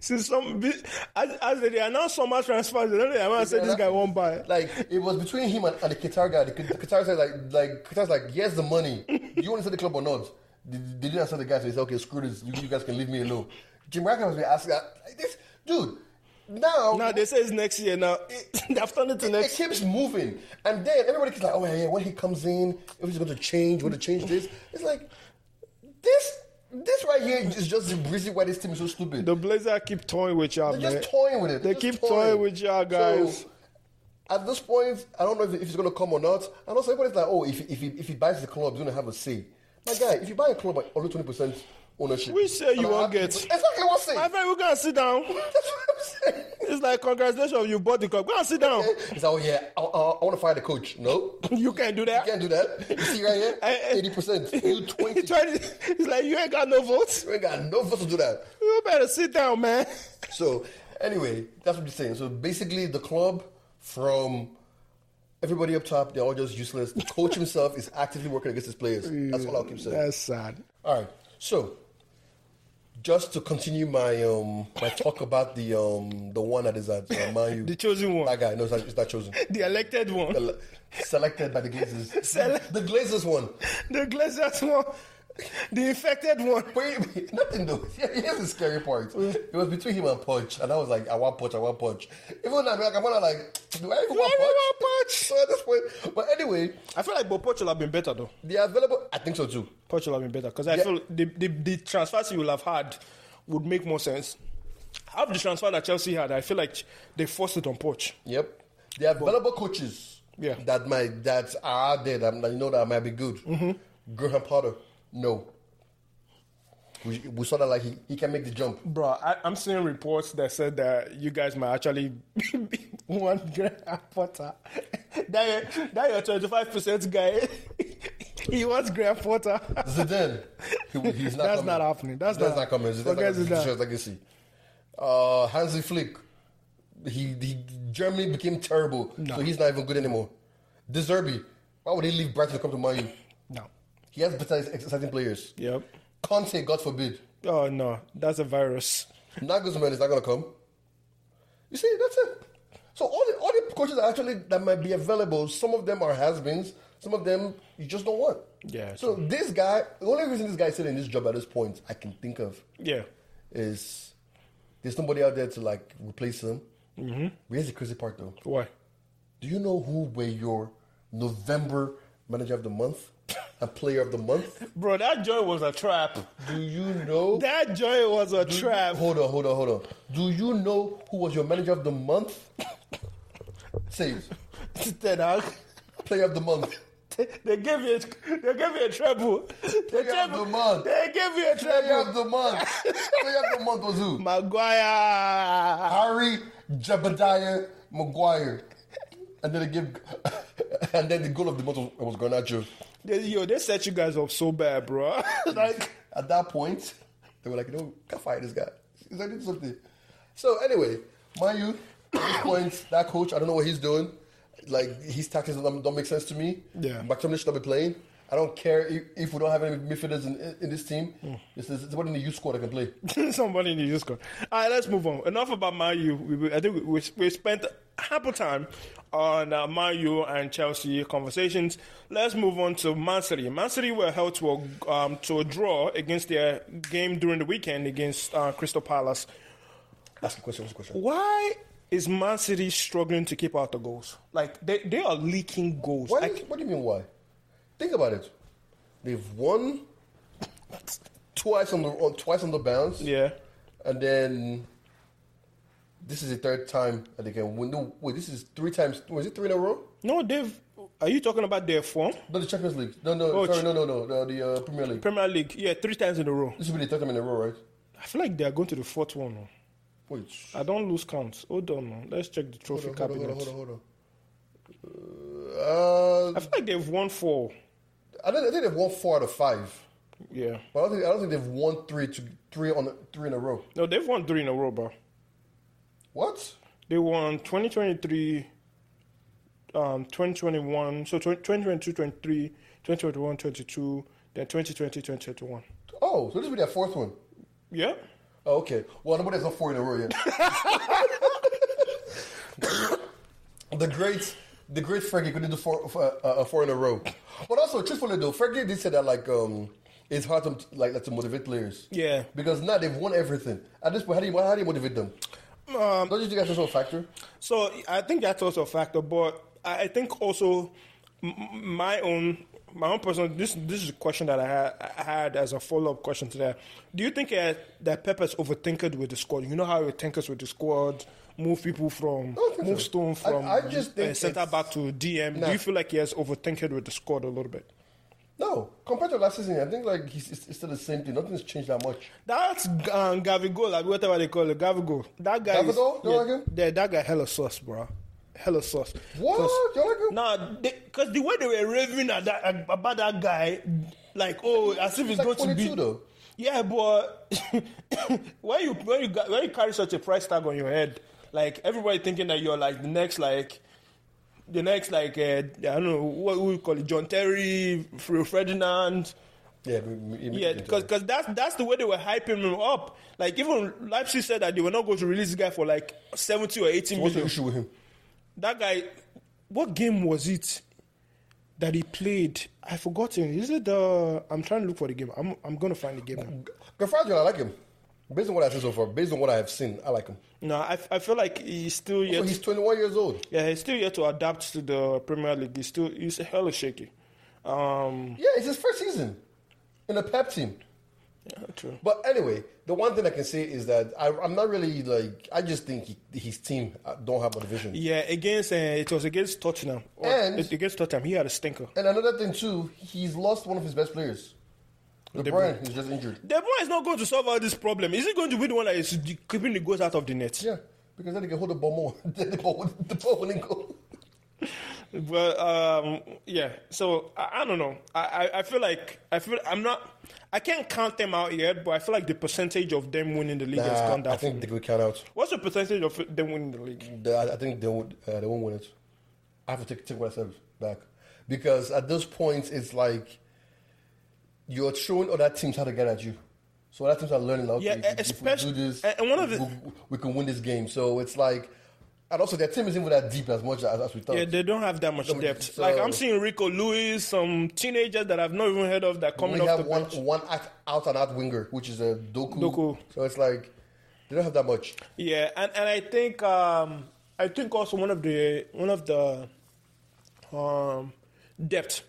Since some as, as they announced summer transfers, they don't know the amount. Said this guy won't buy.
Like it was between him and, and the Qatar guy. The, the Qatar said like like Qatar's like, here's the money. Do you want to sell the club or not? They, they didn't answer the guy, so he said, okay, screw this. You, you guys can leave me alone. Jim Rackham has been asking like this, dude. Now,
Now they say it's next year. Now they've turned it to
it
next.
keeps moving, and then everybody keeps like, oh yeah, yeah, when he comes in, if he's going to change, going to change this. It's like this. This right here is just the reason why this team is so stupid.
The Blazers keep toying with y'all,
They're
man.
just toying with it.
They
They're just
keep toying with y'all, guys.
So, at this point, I don't know if, if he's going to come or not. And also, everybody's like, oh, if, if, he, if he buys the club, he's going to have a say. My guy, if you buy a club at only 20% ownership.
We say you
And I-
won't get-
Exactly what I'm saying.
My friend, we're gonna sit down.
That's what I'm saying.
It's like congratulations, you bought the club. Go and sit down.
He's like, oh, yeah, I, I, I want to fire the coach. No, you
You can't do that.
can't do that. You see right here?
I- I-
80%. You 20.
He tried to, he's like, you ain't got no votes.
You ain't got no vote to do that.
You better sit down, man.
So anyway, that's what you're saying. So basically, the club from everybody up top, they're all just useless. The coach himself is actively working against his players. That's all I'll keep saying.
That's sad.
All right. So just to continue my um my talk about the um the one that is at uh, Man U.
The chosen one.
That guy. No, it's not, it's not chosen.
The elected one.
Ele- Selected by the Glazers.
Sele-
the Glazers one.
The Glazers one. The infected one.
Wait, wait, nothing though. Here's the scary part. It was between him and Punch, and I was like, I want Punch, I want Punch. Even now, I'm like, I'm not like, do I even
Why
want
we
Punch?
want Poch?
So at this point, but anyway,
I feel like Bopoch will have been better though.
they are available. I think so too.
Poch will have been better because I
Yeah.
feel the, the the transfers he will have had would make more sense. Half the transfer that Chelsea had, I feel like they forced it on Poch.
Yep, they are available coaches.
Yeah.
that might that are out there that that you know that might be good.
Mm-hmm.
Graham Potter, no. We, we saw that like he, he can make the jump.
Bro, I, I'm seeing reports that said that you guys might actually want Graham Potter. that, your- that your 25% guy, he wants Graham Potter.
Zidane, he, he's not.
That's
coming.
not happening. That's
Zidane's
not-
not coming. Zidane's not
Forget
coming.
Zidane.
Just legacy. Uh, Hansi Flick, he, he Germany became terrible, so he's not even good anymore. De Zerbi, why would he leave Brighton to come to Man U?
No.
He has better exciting players.
Yep.
Conte, God forbid.
Oh, no. That's a virus.
Nagelsmann is not going to come. You see, that's it. So all the, all the coaches that actually that might be available, some of them are has-beens, some of them you just don't want.
Yeah,
So this guy, the only reason this guy is still in this job at this point, I can think of,
Yeah.
is there's nobody out there to like replace him. Mm-hmm. Here's the crazy part though.
Why?
Do you know who were your November manager of the month and player of the month?
Bro, that joy was a trap.
Do you know?
That joy was a trap.
Hold on, hold on, hold on. Do you know who was your manager of the month? Saves.
Ten Hag.
Player of the month.
uh, They gave you, a- they gave you a treble. They
Player of the month.
They gave you a
Player of
treble.
the month. Player of the month was who?
Maguire.
Harry Jebediah Maguire. And then they give, and then the goal of the month was, was Garnacho.
They, yo, they set you guys up so bad, bro. like,
At that point, they were like, you know, can't fire this guy. He's like, "It's something. So anyway, mind you, at this point, that coach, I don't know what he's doing. Like his tactics don't, don't make sense to me.
Yeah.
McTominay should not be playing. I don't care if, if we don't have any midfielders in, in this team.
Hmm.
This is somebody in the youth squad that can play.
somebody in the youth squad. All right, let's move on. Enough about Man U. We, we- I think we, we, we spent ample time on uh, Man U and Chelsea conversations. Let's move on to Man City. Man City were held to a, um, to a draw against their game during the weekend against uh, Crystal Palace.
Ask a question. Ask a question.
Why is Man City struggling to keep out the goals? Like, they, they are leaking goals.
Why,
I-
what do you mean? Why? Think about it. They've won twice on the on, twice on the bounce.
yeah.
And then this is the third time that they can win. No, wait, this is three times. Was it three in a row?
No, Dave, are you talking about their form?
No, the Champions League. No, no,
Oh,
sorry,
ch-
no, no, no, the, the uh, Premier League.
Premier League, yeah, three times in a row.
This will be the third time in a row, right?
I feel like they are going to the fourth one. now.
Wait,
I don't lose count. Hold on, now. let's check the trophy
hold on,
cabinet.
hold on, hold on, hold on. Uh,
I feel like they've won four.
I, don't, I think they've won four out of five,
Yeah,
but I don't think, I don't think they've won three to three on three in a row.
no, they've won three in a row, bro.
What?
They won 2023, um, 2021, so 20, 2022, 23, 2021, 22, then 2020, 2021.
Oh, Oh, so this will be their fourth one.
Yeah.
Oh, okay. Well, nobody's not four in a row yet. the great, the great Frankie couldn't do four, uh, uh, four in a row. But also, truthfully though, Frankie did say that like um, it's hard to like, like to motivate players.
Yeah.
Because now they've won everything. At this point, how do you, how do you motivate them?
Um,
Don't you think that's also a factor?
So I think that's also a factor, but I I think also m- m- my own my own personal this this is a question that I had, I had as a follow up question to that. Do you think uh, that Pepe's overthinked with the squad? You know how he thinkers with the squad, move people from
don't think
move
so.
Stone
I-
from
I just think
uh, centre
it's-
back to DM.
Nah.
Do you feel like he has overthinked with the squad a little bit?
No, compared to last season, I think like he's, it's, it's still the same thing. Nothing's changed that much.
That's um, Gavigol, like whatever they call it, Gavigol. That guy, is-
Gavigol? You
yeah,
like him?
yeah, that guy, hella sauce, bro, hella sauce.
What?
'Cause-
You like him?
Nah, because the way they were raving at that, about that guy, like oh, as if it's
like
going to be.
22 though.
Yeah, but when you when you got- when you carry such a price tag on your head, like everybody thinking that you're like the next like. The next, like uh, I don't know what we call it, John Terry, Fr- Ferdinand,
Yeah, we- we- we-
yeah, because that's that's the way they were hyping him up. Like even Leipzig said that they were not going to release this guy for like seventy or eighty
what's the
million.
issue with him?
That guy, what game was it that he played? I forgotten. Is it the? I'm trying to look for the game. I'm I'm gonna find the game. Now.
Gaffardio, I like him. Based on what I said so far, based on what I have seen, I like him.
No, I, I feel like he's still
So
yet.
Oh, he's 21 years old.
yeah, he's still yet to adapt to the Premier League. He's still he's hella shaky. Um,
Yeah, it's his first season in the Pep team.
yeah, true.
But anyway, the one thing I can say is that I, I'm not really like I just think he, his team uh, don't have motivation.
Yeah, against uh, it was against Tottenham. Or
And-
it- against Tottenham, he had a stinker.
And another thing too, he's lost one of his best players.
De
De
Bruyne.
Bruyne, who's just injured.
De Bruyne is not going to solve all this problem. Is he going to be the one that is de- keeping the goals out of the net?
Yeah, because then they can hold the ball more. Then the ball, the ball wouldn't go.
But um, yeah, so I, I don't know. I, I, I feel like I feel I'm not. I can't count them out yet, but I feel like the percentage of them winning the league has
Nah,
gone
I
down.
think they could count out.
What's the percentage of them winning the league?
The- I I think they would. Uh, they won't win it. I have to take take myself back because at this point it's like you're showing other teams how to get at you. So other teams are learning how.
Yeah,
to,
especially- and- and one of the-
we, we can win this game. So it's like, and also their team isn't even that deep as much as, as we thought.
Yeah, they don't have that much
No,
depth.
so-
like I'm seeing Rico Lewis, some teenagers that I've not even heard of that
we
coming off the
have one
bench.
one out, out and out winger, which is a Doku.
Doku.
So it's like they don't have that much.
Yeah, and, and I think um, I think also one of the one of the um, depth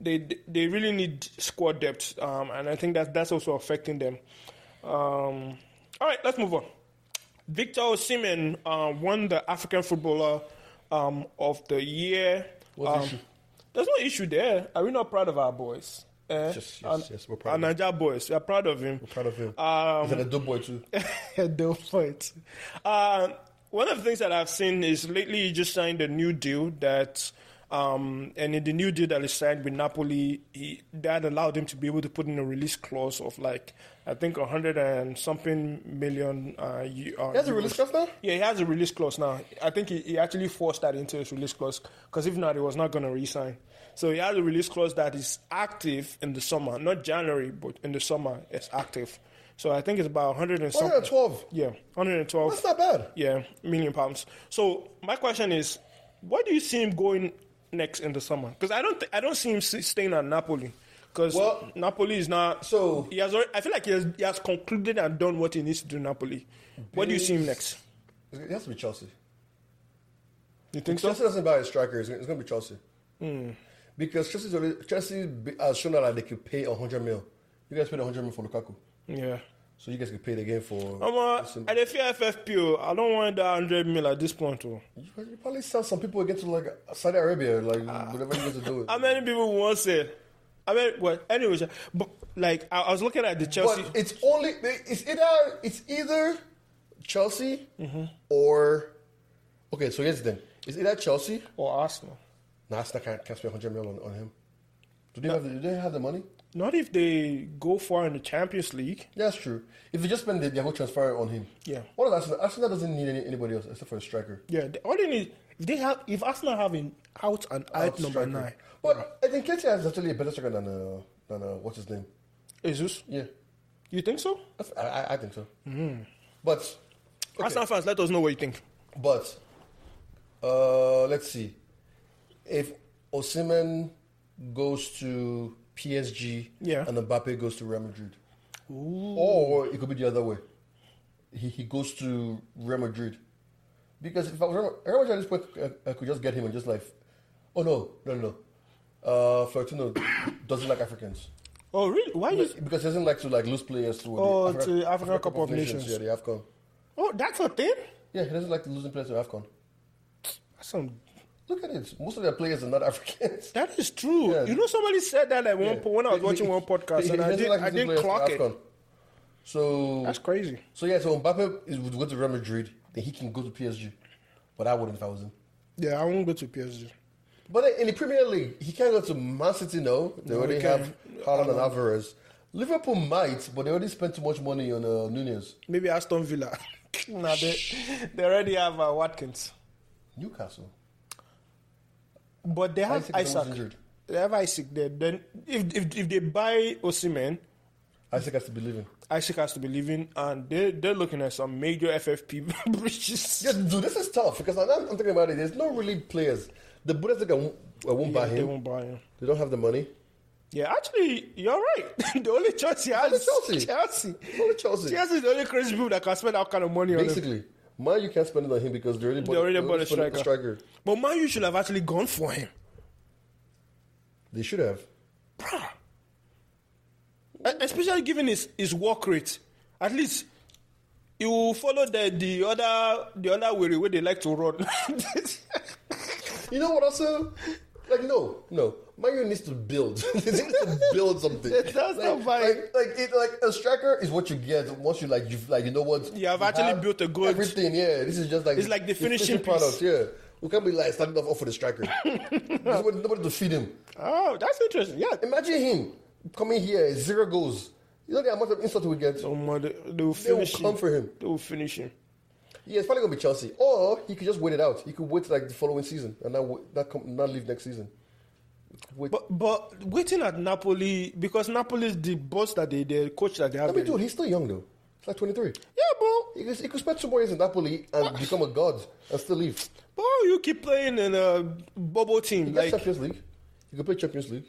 they they really need squad depth, um, and I think that that's also affecting them. Um, all right, let's move on. Victor Osimhen uh, won the African Footballer um, of the Year.
What's the
Um,
issue?
There's no issue there. Are we not proud of our boys? Eh?
Yes, yes,
Our-
yes, we're proud
Our
of him.
Niger boys. We are proud of him.
Proud of him.
Um,
He's an adult boy too.
no point. Uh, one of the things that I've seen is lately he just signed a new deal that, um, and in the new deal that he signed with Napoli, he, that allowed him to be able to put in a release clause of like I think a hundred and something million. Uh, eu- uh,
He has a release
euros.
clause now?
Yeah, he has a release clause now. I think he, he actually forced that into his release clause because if not, he was not going to resign. So he has a release clause that is active in the summer, not January, but in the summer it's active. So I think it's about 100 and something.
112.
Yeah, 112.
That's not bad.
Yeah, million pounds. So my question is, where do you see him going next in the summer? Because I don't, th- I don't see him s- staying at Napoli. Because
Well-
Napoli is not.
So-
he has. Already, I feel like he has, he has concluded and done what he needs to do. in Napoli. Where do you see him next?
It has to be Chelsea.
You think so?
Chelsea doesn't buy a striker. It's, it's going to be Chelsea. Because Chelsea's already, Chelsea be- has shown that like, they could pay 100 mil. You guys paid 100 mil for Lukaku.
Yeah.
So you guys could pay the game for.
I'm uh,
Listen,
I dey fear FFP. oh. I don't want that hundred mil at this point. Oh.
you, you probably sell some people get to like Saudi Arabia, like whatever you guys are doing.
How many people want say? I mean, well, anyways, but like I, I was looking at the Chelsea.
but it's only it's either it's either Chelsea or okay. So here's the thing: it's either Chelsea.
or Arsenal.
Nah, Arsenal can't, can't spend 100 mil on, on him. Do they have the, do they have the money?
Not if they go far in the Champions League.
That's true. If they just spend their, their whole transfer on him.
Yeah.
What about Arsenal? Arsenal doesn't need any, anybody else except for a striker.
Yeah, they, all they need if they have if Arsenal have an out and out,
Out
number
striker.
nine.
But I think Ketia is actually a better striker than, uh, than uh, what's his name?
Jesus.
Yeah.
You think so?
That's- I, I, I think so.
Mm-hmm.
But okay.
Arsenal fans, let us know what you think.
But uh, let's see. If Osimen goes to PSG
Yeah.
and Mbappe goes to Real Madrid. Or it could be the other way. He, he goes to Real Madrid. Because if I was Real- Real Madrid at this point, I, I could just get him and just like, oh no, no, no. Uh, Florentino doesn't like Africans.
Oh, really? Why you?
Because he doesn't like to like lose players to
Oh,
the Afri-
to African Cup of Nations.
Yeah, the AFCON.
Oh, that's a thing.
Yeah, he doesn't like losing players to AFCON.
That's some.
Look at it. Most of their players are not Africans.
That is true.
Yeah.
You know, somebody said that like one
Yeah.
po- when I was
He-
watching
he-
one podcast,
he-
and
he
I
doesn't
did.
like
I
losing
didn't
players to
clock it.
AFCON. So
That's crazy.
So yeah, so Mbappe is, would go to Real Madrid, then he can go to PSG. But I wouldn't if I was him.
Yeah, I won't go to PSG.
But in the Premier League, he can't go to Man City. No, they already
he
have
can't.
Haaland and Alvarez. Liverpool might, but they already spent too much money on uh, Nunez.
Maybe Aston Villa. nah, they they already have uh, Watkins,
Newcastle.
but they have
Isaac is always
Isaac.
injured.
They have Isaac there. Then if if, if they buy Osimhen,
Isaac has to be leaving.
Isaac has to be leaving, and they they're looking at some major FFP breaches.
Yeah, dude, this is tough because now I'm thinking about it. There's no really players. The Bundesliga won't, uh, won't buy
They
him.
won't buy him.
They don't have the money.
Yeah, actually, you're right. the only choice he has is
Chelsea.
Chelsea. Chelsea.
Only Chelsea.
Chelsea is the only crazy people that can spend that kind of money on him.
Basically, man, you can't spend it on him because they already bought,
already
they
bought a
spent it on
striker. But Man, you should have actually gone for him.
They should have.
Bruh. E- Especially given his, his work rate. At least he will follow the, the other the other way where they like to run.
You know what? Also, like no, no. Mario needs to build. he needs to build something.
That's not
like,
fine.
like, like, it, like a striker is what you get once you like you've like you know what
You have actually built a good-
everything. Yeah, this is just like
It's like the finishing
product. Yeah, we can't be like starting off off with a striker. There's nobody nobody to feed him.
oh, that's interesting. Yeah.
Imagine him coming here zero goals. You know the amount of insult we get.
Oh, man, they, they will
They will
finish
come
him.
for him.
They will finish him.
Yeah, it's probably gonna be Chelsea, or he could just wait it out. He could wait till, like the following season and not wait- not come, not leave next season. Wait.
But but waiting at Napoli because Napoli is the boss that they the coach that they have.
I mean,
there.
dude, he's still young though. He's like 23.
Yeah, but
He could, he could spend two more years in Napoli and become a god and still leave.
but why you keep playing in a bubble team
He got
like
Champions League. He could play Champions League.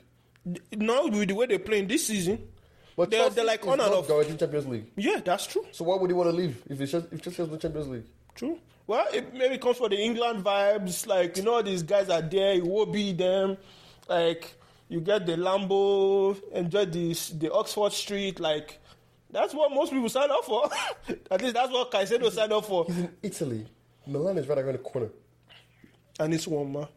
now with the way they're playing this season.
But
They're-
Chelsea
they're like
is
on and
not
off.
guaranteed Champions League.
Yeah, that's true.
So why would he want to leave if it's just, if Chelsea has no Champions League?
True. Well, it maybe comes for the England vibes. Like you know, these guys are there. You will be them. Like you get the Lambo, enjoy this the Oxford Street. Like that's what most people sign up for. At least that's what Caicedo signed up for.
He's in Italy. Milan is right around the corner.
And it's warmer.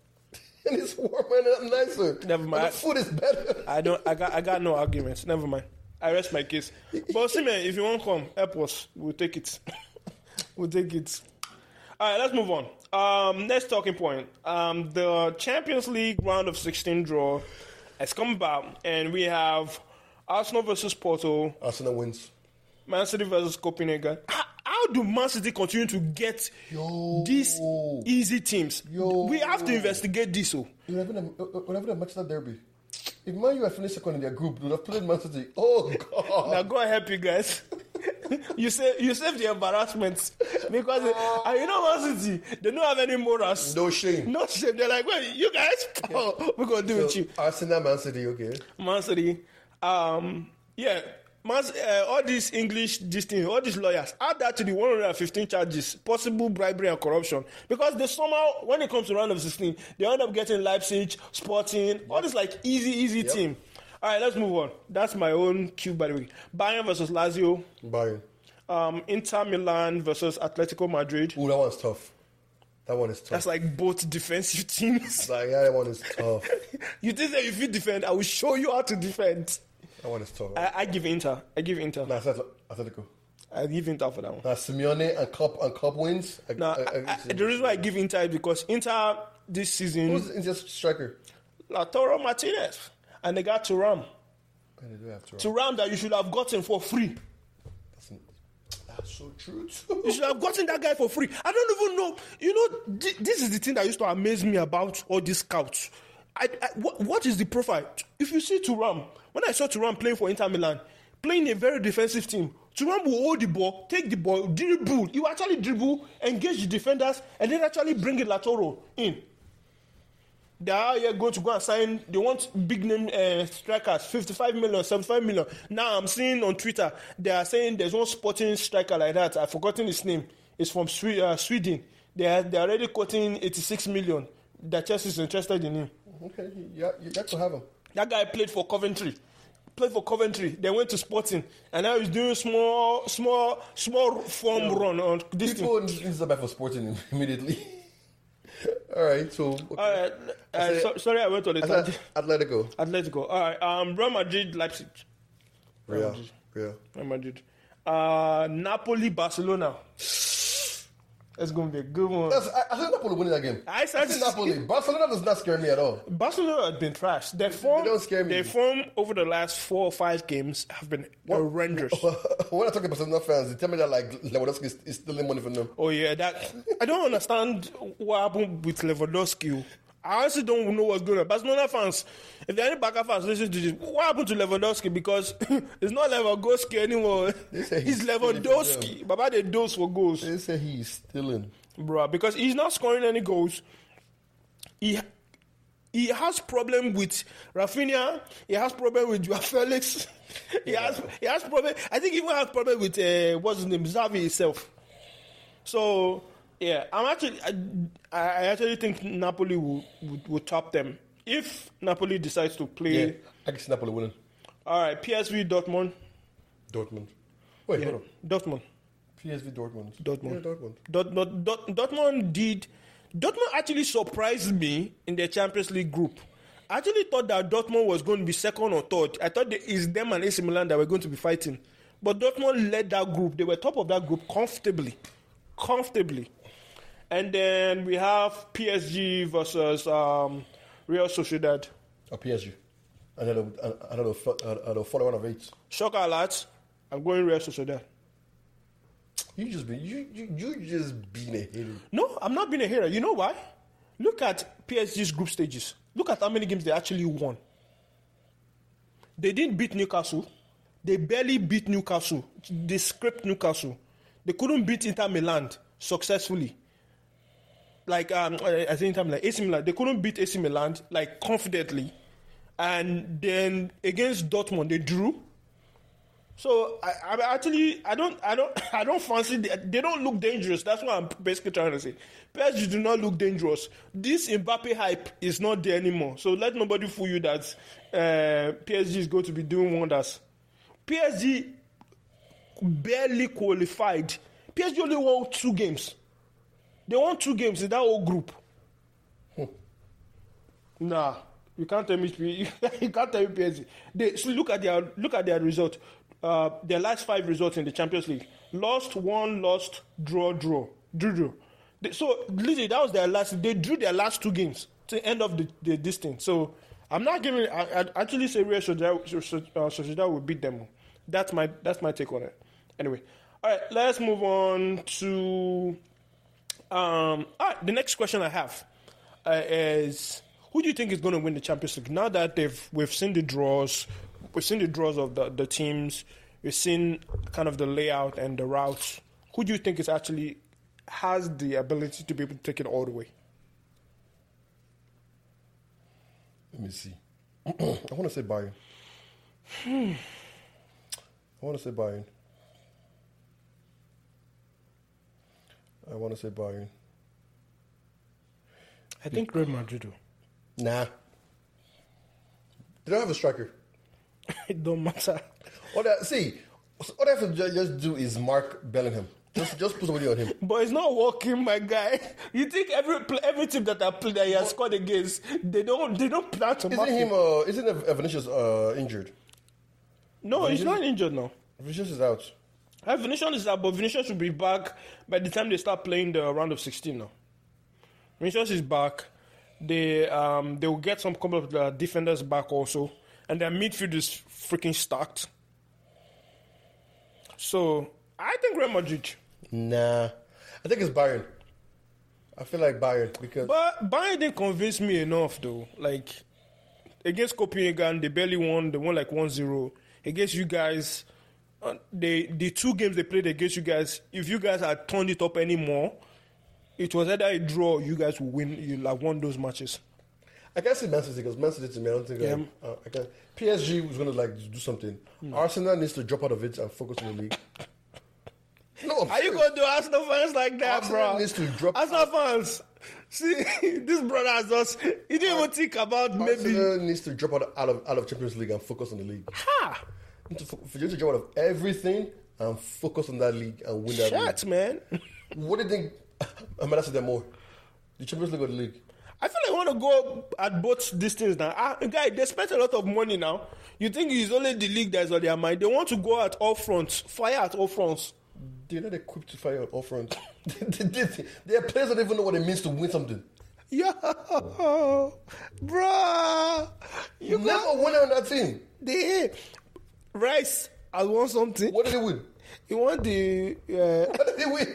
And it's warmer and nicer.
Never mind.
And the food is better.
I don't. I got. I got no arguments. Never mind. I rest my case. But Simon, if you won't come, help us. We'll take it. we'll take it. All right, let's move on. Um, next talking point. Um, the Champions League round of 16 draw has come about, and we have Arsenal versus Porto,
Arsenal wins.
Man City versus Copenhagen. How, how do Man City continue to get
Yo.
these easy teams?
Yo.
We have to investigate this. Oh.
It would have been a, it would have been a Manchester derby. If Man U had finished second in their group, they would have played Man City. Oh, God.
Now God help you guys. you save you save the embarrassment because and you know Man City they don't have any morals.
Oh. no shame.
No shame. They're like, well, you guys, oh, we gonna do with
So,
you,
Arsenal, Man City, okay.
Man City. Um, yeah, Man, uh, all these English, this thing, all these lawyers. Add that to the 115 charges, possible bribery and corruption, because they somehow, when it comes to round of 16, they end up getting Leipzig, Sporting, all this like easy, easy team. All right, let's move on. That's my own cue, by the way. Bayern versus Lazio.
Bayern.
um, Inter Milan versus Atletico Madrid.
Ooh, that one's tough. That one is tough.
That's like both defensive teams.
like, yeah, that one is tough.
you think that if you defend, I will show you how to defend.
That one is tough.
I, I give Inter. I give Inter.
nah, it's Atl- Atletico.
I give Inter for that one.
Nah, Simeone and Cup and Cup wins. I,
Now, I- I- the reason why I give Inter is because Inter this season,
who's the India's striker?
Lautaro Martinez, and they got Turam.
Man, they do have to.
Turam that you should have gotten for free.
That's, that's so true. Too.
You should have gotten that guy for free. I don't even know. You know, thi- this is the thing that used to amaze me about all these scouts. I, I- what, what is the profile? If you see Turam, when I saw Turam playing for Inter Milan, playing a very defensive team. Turam will hold the ball, take the ball, dribble. You actually dribble, engage the defenders, and then actually bring it Latoro in. They are here going to go and sign. They want big name uh, strikers, 55 million, 75 million. Now I'm seeing on Twitter they are saying there's one sporting striker like that. I've forgotten his name. It's from Swe- uh, Sweden. They are they are already quoting 86 million. That Chelsea is interested in him.
Okay, yeah, you got to have him.
That guy played for Coventry. Played for Coventry. They went to Sporting, and now he's doing small, small, small form run on this team.
People in Zimbabwe for sporting immediately. All right, so okay.
All right, uh,
I said-
so- sorry, I went on the tangent.
Atlet- Atletico,
Atletico. All right, um, Real Madrid, Leipzig,
Real, Real.
Real Madrid, uh, Napoli, Barcelona. That's gonna be a good one.
That's, I, I said Napoli winning that game.
I said-
said Napoli. Barcelona does not scare me at all.
Barcelona have been trash. Their form,
don't scare me.
Their form over the last four or five games have been horrendous.
when I talk to Barcelona fans, they tell me that like Lewandowski is, is stealing money from them.
Oh yeah, that I don't understand what happened with Lewandowski. I honestly don't know what's going on. Barcelona fans, if there are any Barca fans listening to this, what happened to Lewandowski? Because it's not Lewandowski anymore.
say
It's
he's
Lewandowski. Baba they dose for goals,
They say he is stealing.
bruh. Because he's not scoring any goals. He he has problem with Rafinha. He has problem with Joao Felix. he has he has problem. I think he even has problem with uh, what's his name, Xavi himself. So yeah, I'm actually I, I actually think Napoli will, will will top them if Napoli decides to play.
Yeah, I can see Napoli winning.
All right, PSV Dortmund,
Dortmund. Wait, hold on.
Dortmund,
PSV Dortmund.
Dortmund.
Yeah, Dortmund.
Dort, Dort, Dort, Dortmund did. Dortmund actually surprised me in the Champions League group. I actually thought that Dortmund was going to be second or third. I thought that it's them and AC Milan that were going to be fighting. But Dortmund led that group. They were top of that group comfortably. Comfortably. And then we have PSG versus um, Real Sociedad.
Or PSG. Another, another, another follower of eight.
Shocker alert. I'm going Real Sociedad.
You just be you, you, you just being a hater.
No, I'm not being a hero. You know why? Look at PSG's group stages. Look at how many games they actually won. They didn't beat Newcastle. They barely beat Newcastle. They scraped Newcastle. They couldn't beat Inter Milan successfully. Like um, I I think Inter Milan, AC Milan. They couldn't beat AC Milan like confidently. And then against Dortmund, they drew. So I, I actually I don't I don't I don't fancy the, they don't look dangerous. That's what I'm basically trying to say. PSG do not look dangerous. This Mbappe hype is not there anymore. So let nobody fool you that uh, PSG is going to be doing wonders. PSG barely qualified. PSG only won two games. They won two games in that whole group. Nah, you can't tell me you can't tell me PSG. They so look at their look at their result. Uh, their last five results in the Champions League: lost, won, lost, draw, draw, drew, draw. They, so literally, that was their last. They drew their last two games to end of the, the this thing. So I'm not giving. I, I actually say Real Sociedad, uh, Sociedad will beat them. That's my that's my take on it. Anyway, all right, let's move on to um, all right, the next question I have uh, is: Who do you think is going to win the Champions League? Now that they've we've seen the draws, we've seen the draws of the, the teams, we've seen kind of the layout and the routes. Who do you think is actually has the ability to be able to take it all the way?
Let me see. I want to say Bayern. I want to say Bayern. I want to say Bayern.
I think Real Madrid. will.
Nah. They don't have a striker.
It don't matter.
All that, see, all they have to ju- just do is mark Bellingham. Just, just put somebody on him.
But it's not working, my guy. You think every pl- every team that I play that he has scored against, they don't they don't plan to mark
Isn't him? Uh, isn't uh, Vinicius uh, injured?
No, he's not injured now.
Vinicius is out.
Uh, Venetian is out, but Venetian should be back by the time they start playing the round of 16 now. Vinicius is back. They um they will get some couple of the defenders back also, and their midfield is freaking stacked. So I think Real Madrid,
Nah. I think it's Bayern. I feel like Bayern because
but Bayern didn't convince me enough though. Like against Copenhagen, they barely won. They won like 1-0. against you guys, uh, they the two games they played against you guys, if you guys had turned it up anymore, it was either a draw or you guys would win. You like won those matches.
I can't say Man City because Man City to me, I don't think
Yeah. Hmm.
I, uh, I can. PSG was going to like do something. Arsenal needs to drop out of it and focus on the league. No, I'm
Are you
serious.
gonna do Arsenal fans like that,
Arsenal
bro?
needs to drop
Arsenal fans. See, this brother has just he didn't even think about maybe.
Arsenal needs to drop out of, out of out of Champions League and focus on the league.
Ha!
Need to fo- For you to drop out of everything and focus on that league and win that
Shit, man.
league. What do you think? I'm gonna say that more. The Champions League or the league?
I feel like I want to go at both these things now. Ah, guy, they spent a lot of money now. You think it's only the league that's on their mind? They want to go at all fronts, fire at all fronts.
They're not equipped to fire on all fronts. They- they- they- Their players don't even know what it means to win something.
Yo, bruh, you got
Never win on that team.
the rice. I want something.
What did they win?
You want the uh,
What did they win?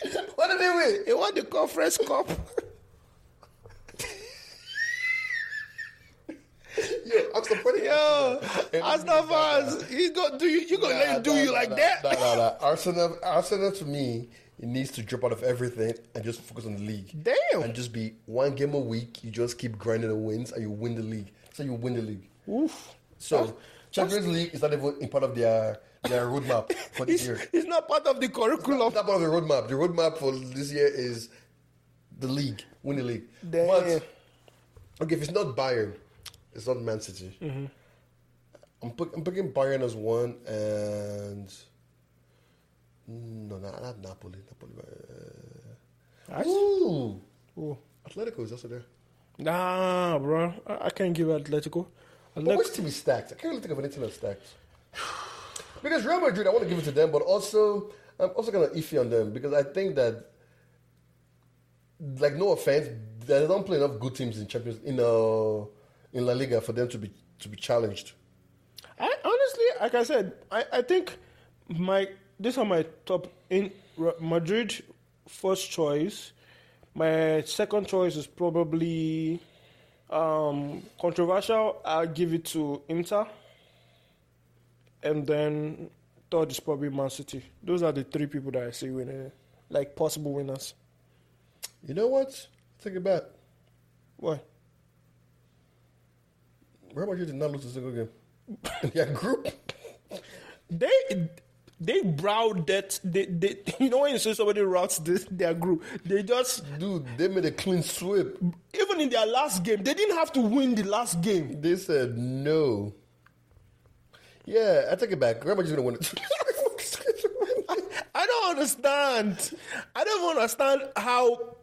What did they win?
you want the conference cup.
Yo, I'm supporting
Yo, Arsenal fans, you go do you? You gonna let it do you like that?
Nah, nah, nah. Arsenal, Arsenal to me, it needs to drop out of everything and just focus on the league.
Damn.
And just be one game a week. You just keep grinding the wins and you win the league. So you win the league.
Oof.
So Champions League is not even in part of their their roadmap for
It's,
this year.
it's not part of the curriculum.
It's not part of the roadmap. The roadmap for this year is the league, win the league.
Damn.
But okay, if it's not Bayern, it's not Man City.
Mm-hmm.
I'm, pick, I'm picking Bayern as one, and no, not, not Napoli. Napoli. Uh,
Nice.
ooh,
Oh.
Atletico is also there.
Nah, bro, I, I can't give Atletico.
But
Atletico.
which team is stacked? I can't really think of anything that's stacked. Because Real Madrid, I want to give it to them, but also I'm also kind of iffy on them because I think that, like, no offense, they don't play enough good teams in Champions in uh, in La Liga for them to be to be challenged.
I honestly, like I said, I, I think my these are my top in Ra- Madrid first choice. My second choice is probably um, controversial. I'll give it to Inter, and then third is probably Man City. Those are the three people that I see winning, like possible winners.
You know what? Think about it.
Why?
Real Madrid did not lose a single game. in their group.
they they browed that they, they you know when you see somebody routes this, their group they just
Dude, they made a clean sweep.
even in their last game they didn't have to win the last game
They said no. Yeah, I take it back. Real Madrid's gonna win it.
I, I don't understand i don't even understand how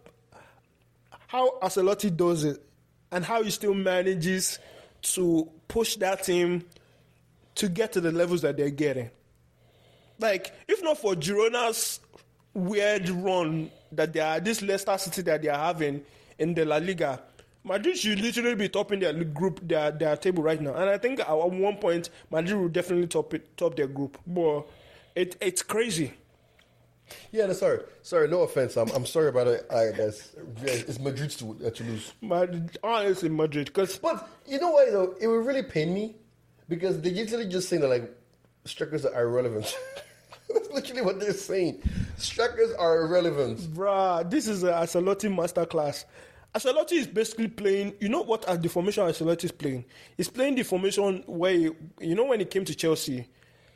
how Ancelotti does it and how he still manages to push that team to get to the levels that they're getting like if not for Girona's weird run that they are this Leicester City that they are having in the La Liga, Madrid should literally be topping their league group their their table right now. And I think at one point Madrid will definitely top it, top their group. But it it's crazy.
Yeah, no, sorry, sorry, no offense. I'm, I'm sorry about it. I guess yeah, it's Madrid's to, uh, to lose.
Madrid, honestly, Madrid because
But you know what? Though it would really pain me because they're usually just saying that like strikers are irrelevant. That's literally what they're saying. Strikers are irrelevant.
bruh, this is a Ancelotti masterclass. Ancelotti is basically playing. You know what? uh, The formation Ancelotti is playing. He's playing the formation where he, you know when he came to Chelsea,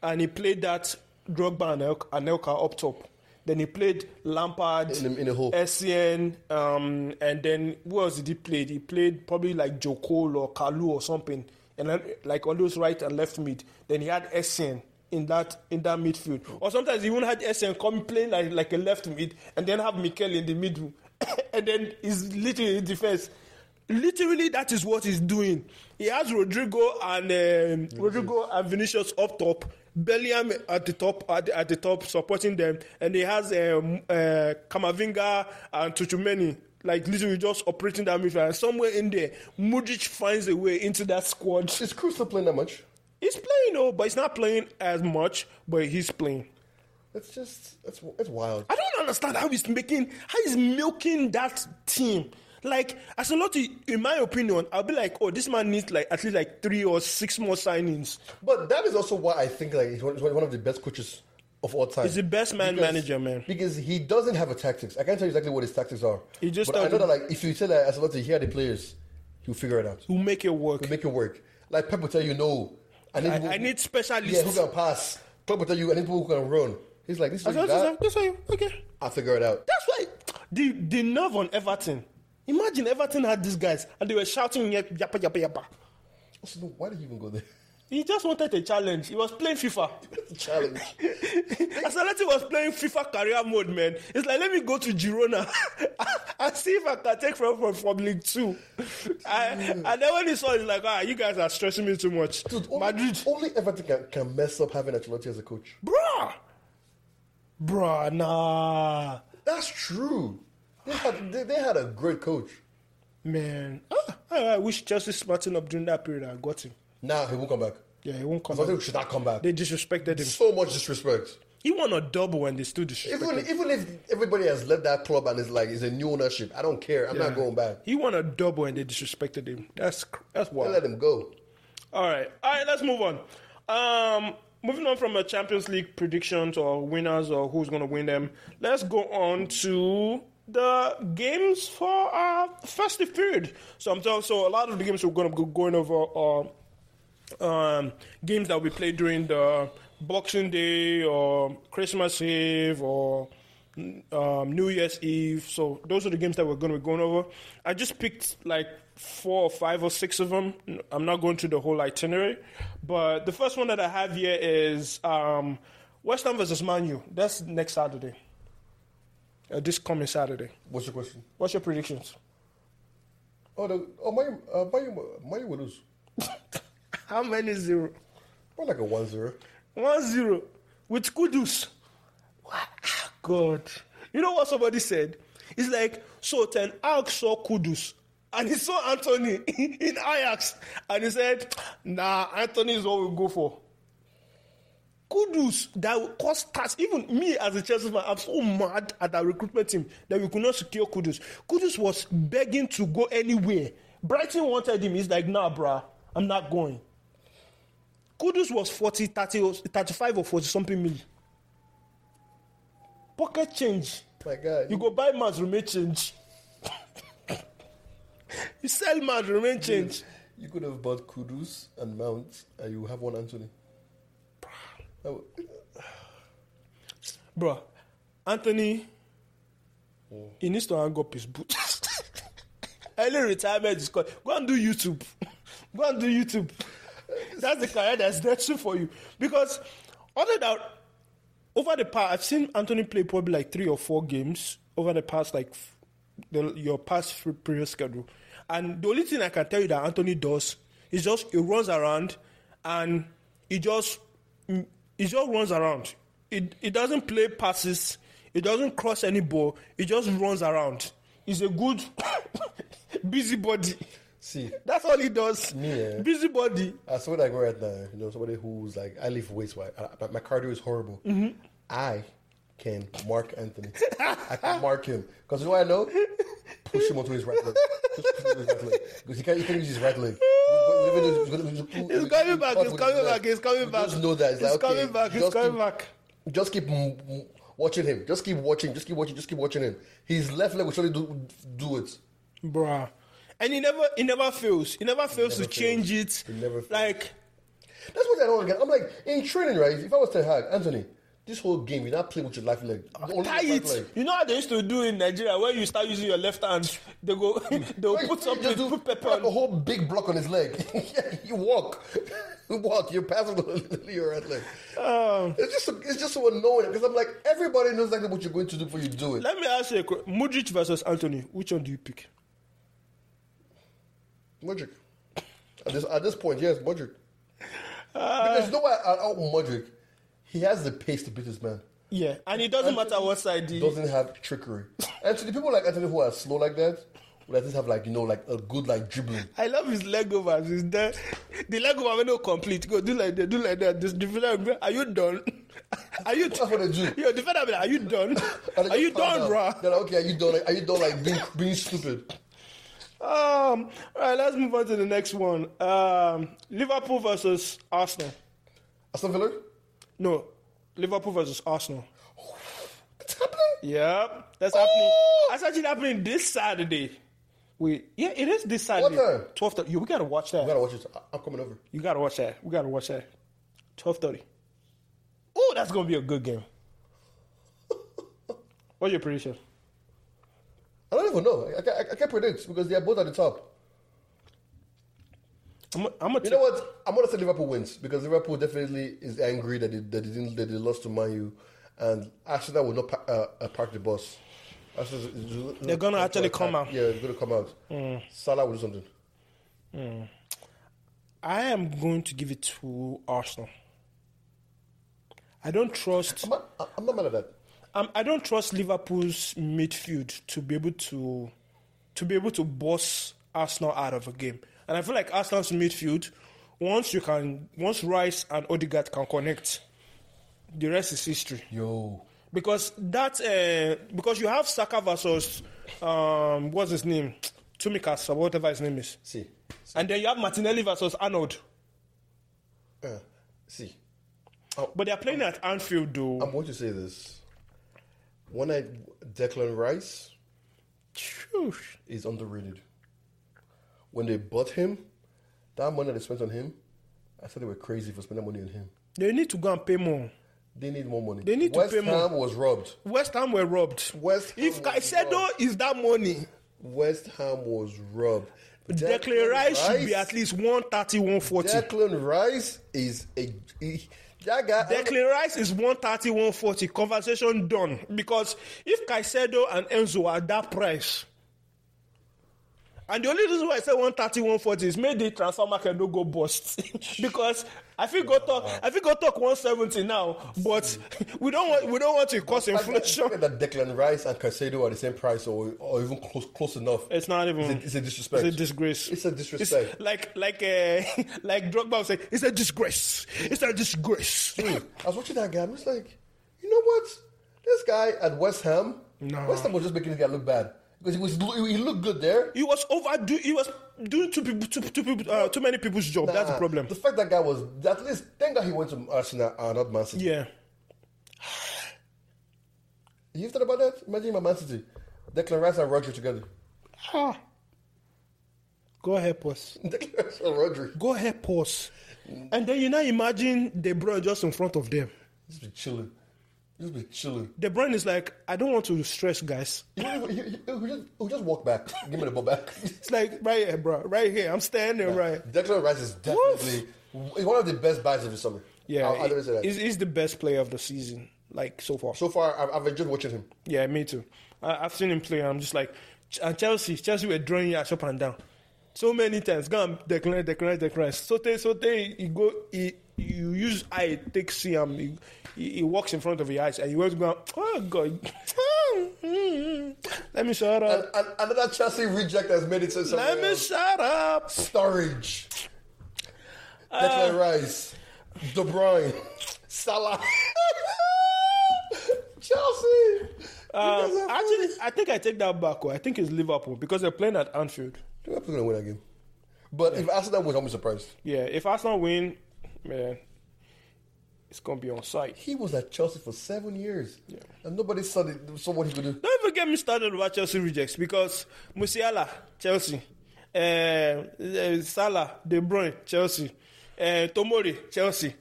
and he played that Drogba and El- Anelka up top. Then he played Lampard,
In the- in the hole.
Essien, E um, and then who else did he play? He played probably like Jokol or Kalu or something, and then, like all those right and left mid. Then he had Essien in that in that midfield, or sometimes he even had Essien come playing like, like a left mid, and then have Mikel in the middle, and then he's literally in defense. Literally, that is what he's doing. He has Rodrigo and um, Rodrigo and Vinicius up top, Bellingham at the top, at the, at the top supporting them, and he has um, uh, Kamavinga and Tuchumeni like literally just operating that midfield. And somewhere in there, Mudrich finds a way into that squad.
Is Cruz still playing that much?
He's playing, though, but he's not playing as much. But he's playing.
That's just that's that's wild.
I don't understand how he's making, how he's milking that team. Like Ancelotti, in my opinion, I'll be like, oh, this man needs like at least like three or six more signings.
But that is also why I think like he's one, he's one of the best coaches of all time.
He's the best man manager, man.
Because he doesn't have a tactics. I can't tell you exactly what his tactics are.
He just
but I know
started-
that like if you say that as well to hear the players, he'll figure it out.
Who make it work?
He'll make it work. Like Pep will tell you no. I need,
I-
who-
I need
Yeah, who
specialists.
can pass? Club will tell you I need people who can run. He's like this is
Ancelotti said,
that.
that's why. Okay,
I'll figure it out.
that's why. The the nerve on Everton. Imagine Everton had these guys and they were shouting yap yappa yappa yappa.
Also, no, why did he even go there?
He just wanted a challenge. He was playing FIFA.
It's a challenge.
Ancelotti was playing FIFA career mode, man. It's like let me go to Girona and see if I can take from from, from League Two. I, and then when he saw, it, he's like, ah, you guys are stressing me too much.
Dude, only,
Madrid,
Only Everton can, can mess up having Ancelotti as a coach.
bruh, bruh, nah,
That's true. They had they, they had a great coach.
man. Ah, I I wish Chelsea smartened up during that period. I got him.
Now he won't come back.
Yeah, he won't come.
Ancelotti
Back.
should not come back.
They disrespected him.
so much disrespect.
He won a double and they still disrespected.
Even
him.
even if everybody has left that club and it's like it's a new ownership, I don't care. I'm not
Yeah.
going back.
He won a double and they disrespected him. That's cr- that's
I
wild.
let him go.
All right, all right. Let's move on. Um, moving on from a Champions League predictions or winners or who's going to win them. Let's go on to the games for uh festive period. So I'm telling. So a lot of the games we're going to be going over are um, games that we play during the Boxing Day or Christmas Eve or um, New Year's Eve. So those are the games that we're going to be going over. I just picked like four or five or six of them. I'm not going through the whole itinerary, but the first one that I have here is um, West Ham versus Man U. That's next Saturday. Uh, this coming Saturday.
What's your question?
What's your predictions?
Oh, the, oh, Mayu, uh, Mayu, Mayu will lose.
How many zero?
More like a 1-0.
One zero with Kudus. Wow, ah, God. You know what somebody said? It's like, so Ten Hag saw Kudus and he saw Anthony in Ajax and he said, nah, Anthony is what we go for. Kudus that will cause tax. Even me as a Chelsea fan, I'm so mad at our recruitment team that we could not secure Kudus. Kudus was begging to go anywhere. Brighton wanted him. He's like, nah, bruh, I'm not going. Kudus was 40, 30, or- 35 or 40 something million. Pocket change.
My God.
You go buy man's remain change. you sell man's remain change.
You could have bought Kudus and Mount, and you have one Anthony. Oh,
Bro, Anthony, he needs to hang up his boots. Early retirement is called. Go and do YouTube. Go and do YouTube. That's the career that's destined for you. Because other than over the past, I've seen Anthony play probably like three or four games over the past like f- the, your past f- previous schedule, and the only thing I can tell you that Anthony does is just he runs around, and he just mm, he just runs around. It it doesn't play passes. It doesn't cross any ball. It just runs around. He's a good busybody.
See,
That's all he does.
Yeah.
Busybody.
I swear like right now, you know, somebody who's like, I live waist wide. I, my- my cardio is horrible.
Mm-hmm.
I can mark Anthony. I can mark him. Because you know what I know? Push him onto his right leg. Just push him onto his right leg. Because he can't, he can't use his right leg. He's
He's coming back. He's coming back. He's coming back.
Just know that. It's
He's
like, okay,
coming back. He's
just
coming
keep-
back.
Just keep mm, mm, watching him. Just keep watching. Just keep watching. Just keep watching him. His left leg will surely do, do it.
Bruh. And he never he never fails. He never fails to change it.
He never fails.
Like
That's what I don't get. I'm like in training, right? If I was Ten Hag, Anthony, this whole game you're not playing with your left leg. Only
Ah, tie
your right
it. You know how they used to do in Nigeria when you start using your left hand, they go they'll
Like,
put
you
something,
do-
put pepper
like a
on.
whole big block on his leg. Yeah, you walk, you walk, you pass with your right leg.
Um.
it's just, so- it's just so annoying because I'm like, everybody knows exactly what you're going to do before you do it.
Let me ask you a question. Modric versus Anthony, which one do you pick?
Modric. At this, at this point, yes, Modric.
Ah.
because you know why I out Modric, he has the pace to beat his man.
Yeah. And it doesn't matter what side
He
he
doesn't have trickery. And to the people like Anthony who are slow like that, will at least have like you know like a good like dribbling.
I love his leg overs. He's there. The leg over when no complete. Go do like that, do like that. This defender, will be, are you done? Are you
That's what they do.
Yo, defender, will be like, are you done?
And they
Are you
just found
done,
out.
bruh?
They're like, okay, are you done? Like, are you done like being being stupid?
Um, all right, let's move on to the next one. Um, Liverpool versus Arsenal.
Aston Villa?
No, Liverpool versus Arsenal.
It's happening?
Yep, that's happening. That's actually happening this Saturday. Wait, yeah, it is this Saturday.
time?
Twelve thirty. Yeah, we gotta watch that.
I gotta watch it. I- I'm coming over.
You gotta watch that. We gotta watch that. Twelve thirty. Oh, that's gonna be a good game. What's your prediction?
I don't even know. I, I, I can't predict because they are both at the top.
I'm, I'm gonna.
You know what? I'm gonna say Liverpool wins because Liverpool definitely is angry that they, that they didn't that they lost to Man U, and Arsenal will not pa- uh, uh, park the bus. Arsenal is- is-
They're gonna actually come out. Mm.
Yeah, they're gonna come out. Salah will do something.
I am going to give it to Arsenal. I don't trust.
I'm not, I'm not mad at that.
Um, I don't trust Liverpool's midfield to be able to to be able to boss Arsenal out of a game. And I feel like Arsenal's midfield, once you can, once Rice and Odegaard can connect, the rest is history.
Yo,
Because that uh, because you have Saka versus um, what's his name, Tumikas or whatever his name is,
see,
and then you have Martinelli versus Arnold.
uh, see.
But they are playing at Anfield though.
I'm going to say this. One night, Declan Rice
Phew.
is underrated. When they bought him, that money they spent on him, I thought they were crazy for spending money on him.
They need to go and pay more.
They need more money.
They need to
West
pay more.
Ham was robbed.
West Ham were robbed.
West Ham
if
was
Caicedo is that money,
West Ham was robbed.
Declan Rice should be at least 130, 140.
Declan Rice is a he, that guy.
Declan Rice is 130, 140. Conversation done. Because if Caicedo and Enzo are that price, and the only reason why I say 130, 140 is maybe the transfer market don't go bust. because I think go talk I think go talk 170 now, but we don't want we don't want to cause
I don't
inflation.
think that Declan Rice and Caicedo are the same price or, or even close close enough.
It's not even.
It's a- it's a disrespect.
It's a disgrace.
It's a disrespect.
like like uh, like Drogba would say, it's a disgrace. It's a disgrace.
I was watching that guy. I'm just like, you know what? This guy at West Ham.
Nah.
West Ham was just making this guy look bad because he was he looked good there.
He was overdo. He was doing too people too, too, people, uh, too many people's job. That's the
Nah,
problem.
The fact that guy was at least thank God he went to Arsenal and not Man City.
yeah.
You thought about that? Imagine my Man City, Declan Rice and Rodri together.
Ha. Go help us.
Declan Rice and Rodri
Go help us. And then you now imagine De Bruyne just in front of them.
just be chilling, just be chilling.
De Bruyne is like, I don't want to stress, guys.
He, he, he, he just, he just walk back. Give me the ball back.
It's like right here, bro. Right here. I'm standing right.
Declan Rice is definitely one of the best buys of the summer.
Yeah,
I'll, I'll never say that.
he's, he's the best player of the season, like so far.
so far, I've, I've enjoyed watching him.
Yeah, me too. I, I've seen him play. and I'm just like, Ch- and Chelsea, Chelsea were drawing yards up and down, so many times. Gone, decline, decline, decline. Sote, Sote, you go, he, you use eye, take see him. He, he, he walks in front of your eyes, and you always go, oh god, let me shut
And,
up,
and another Chelsea reject has made it to somewhere
let me
else.
shut up.
Storage.
Uh,
Declan Rice. De Bruyne. Salah. Chelsea.
Um,
you guys are
actually, I think I take that back. oh. I think it's Liverpool because they're playing at Anfield.
Liverpool gonna win that game. But if Arsenal wins, I'm surprised.
Yeah, if Arsenal win, man, it's gonna be on site.
He was at Chelsea for seven years. And nobody saw, the, saw what he could do.
Don't even get me started about Chelsea rejects because Musiala, Chelsea, uh, uh, Salah, De Bruyne, Chelsea, uh, Tomori, Chelsea.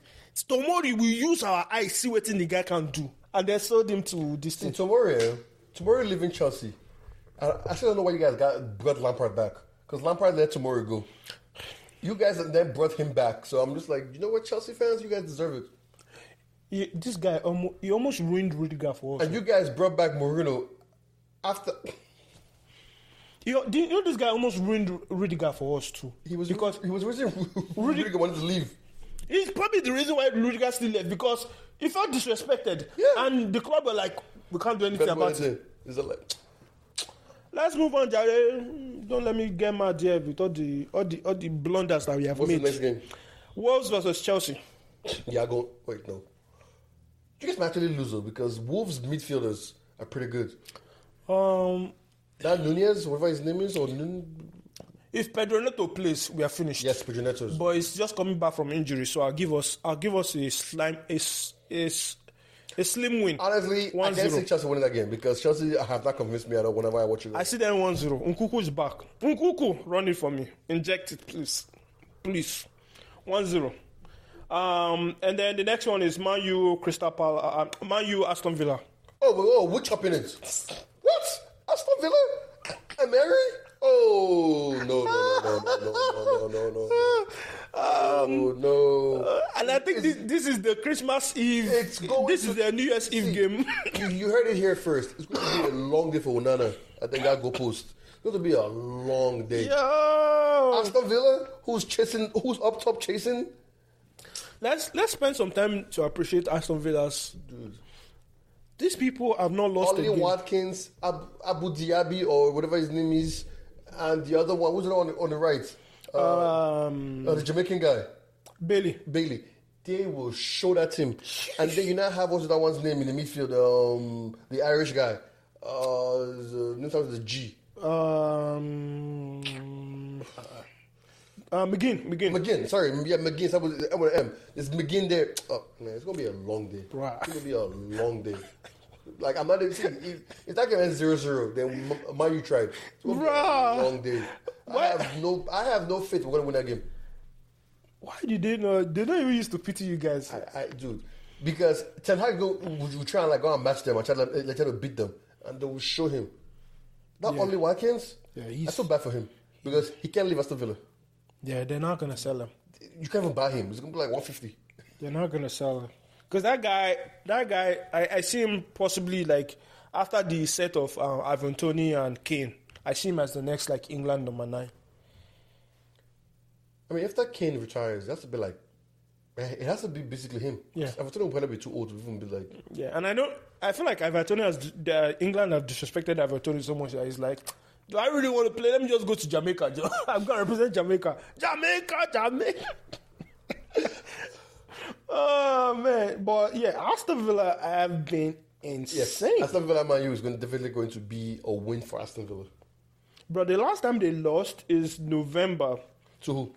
Tomori, we use our eyes see what the guy can do, and then sold him to this
See,
thing.
tomorrow, tomorrow leaving Chelsea. I, I still don't know why you guys got brought Lampard back because Lampard let tomorrow go. You guys then brought him back, so I'm just like, you know what, Chelsea fans, you guys deserve it.
He- this guy almost he almost ruined Rudiger for us.
And you guys brought back Mourinho after
You know, you know this guy almost ruined Ru- Rudiger for us too.
he was
because
he was reason Rudiger wanted to leave.
It's probably the reason why Rudiger still left because he felt disrespected.
Yeah.
And the club were like, we can't do anything
That's what I
about it.
said. Is that like
Let's move on, Jare. Don't let me get mad here with all the all the all the blunders that we have
what's the
made.
next game?
Wolves versus Chelsea.
Yeah, I go. Wait, no. You guys might actually lose though because Wolves midfielders are pretty good.
Um,
That Nunez, whatever his name is, or Nun,
If Pedro Neto plays, we are finished.
Yes, Pedro Neto's.
But it's just coming back from injury, so I'll give us I'll give us a slime a, s- a, s- a slim win.
Honestly, I can't
1-0.
see Chelsea winning that game because Chelsea have not convinced me at all whenever I watch it.
I see them 1 0. Nkuku is back. Nkuku, run it for me. Inject it, please. Please. 1 0. Um, and then the next one is Man U, Crystal Palace, uh, Man U, Aston Villa.
Oh, but, oh, which opponent? What? Aston Villa? And Mary? Oh, no, no, no, no, no, no, no, no, no. Oh, no.
And I think this, this is the Christmas Eve.
It's going
this is
to-
the New Year's Eve game.
You, you heard it here first. It's going to be a long day for Onana. I think that go post. It's going to be a long day.
Yo!
Aston Villa, who's chasing, who's up top chasing?
Let's let's spend some time to appreciate Aston Villa's. These people have not lost a
Ollie
game.
Watkins, Ab- Abu Diaby, or whatever his name is, and the other one, who's the one on, on the right? Uh,
Um,
uh, the Jamaican guy,
Bailey.
Bailey. They will show that team. And then you now have what's that one's name in the midfield? Um, the Irish guy. Uh, the, no, that was the G.
Um, uh, McGinn. McGinn.
McGinn, sorry, yeah, McGinn. That was that was M. It's McGinn there. Oh man, it's gonna be a long day.
Bruh.
It's gonna be a long day. Like I'm not even saying if, if that game ends 0-0, then M- my you tried. It's gonna be a
Bruh.
long day. I
What?
have no, I have no faith we're gonna win that game.
Why did they not? They don't even used to pity you guys.
I, I dude, because Ten Hag go would, would try and like go and match them and try to like, try to beat them, and they will show him. That only Watkins.
Yeah, he's-
I feel bad for him because he can't leave Aston Villa.
Yeah, they're not gonna sell him.
You can't even buy him. It's gonna be like 150.
They're not gonna sell him because that guy, that guy, I, I see him possibly like after the set of um, Ivan Tony and Kane. I see him as the next like England number nine.
I mean, if that Kane retires, that's a bit like. eh, It has to be basically him.
Yeah.
I'm telling him be too old to even be like.
Yeah, and I don't. I feel like Ivan Tony has the, England have disrespected Ivan Tony so much that he's like, do I really want to play? Let me just go to Jamaica. I'm gonna represent Jamaica, Jamaica, Jamaica. oh man, but yeah, Aston Villa have been
Yes,
insane,
Aston Villa Man U is going definitely going to be a win for Aston Villa.
bro. The last time they lost is November,
To who?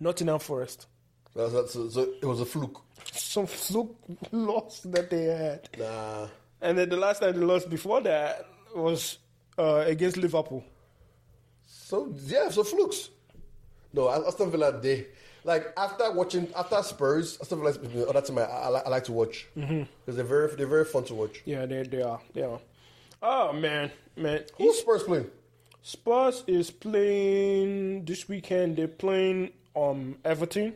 Nottingham Forest.
That's, that's, so, so it was a fluke.
Some fluke loss that they had,
Nah.
and then the last time they lost before that was uh, against Liverpool.
So yeah, so flukes. No, Aston Villa they like after watching after Spurs, Aston Villa is the other team I, I, li- I like to watch because
Mm-hmm.
they're very they're very fun to watch.
Yeah, they, they are. They are. Oh man, man.
Who's Spurs playing?
Spurs is playing this weekend. They're playing um Everton,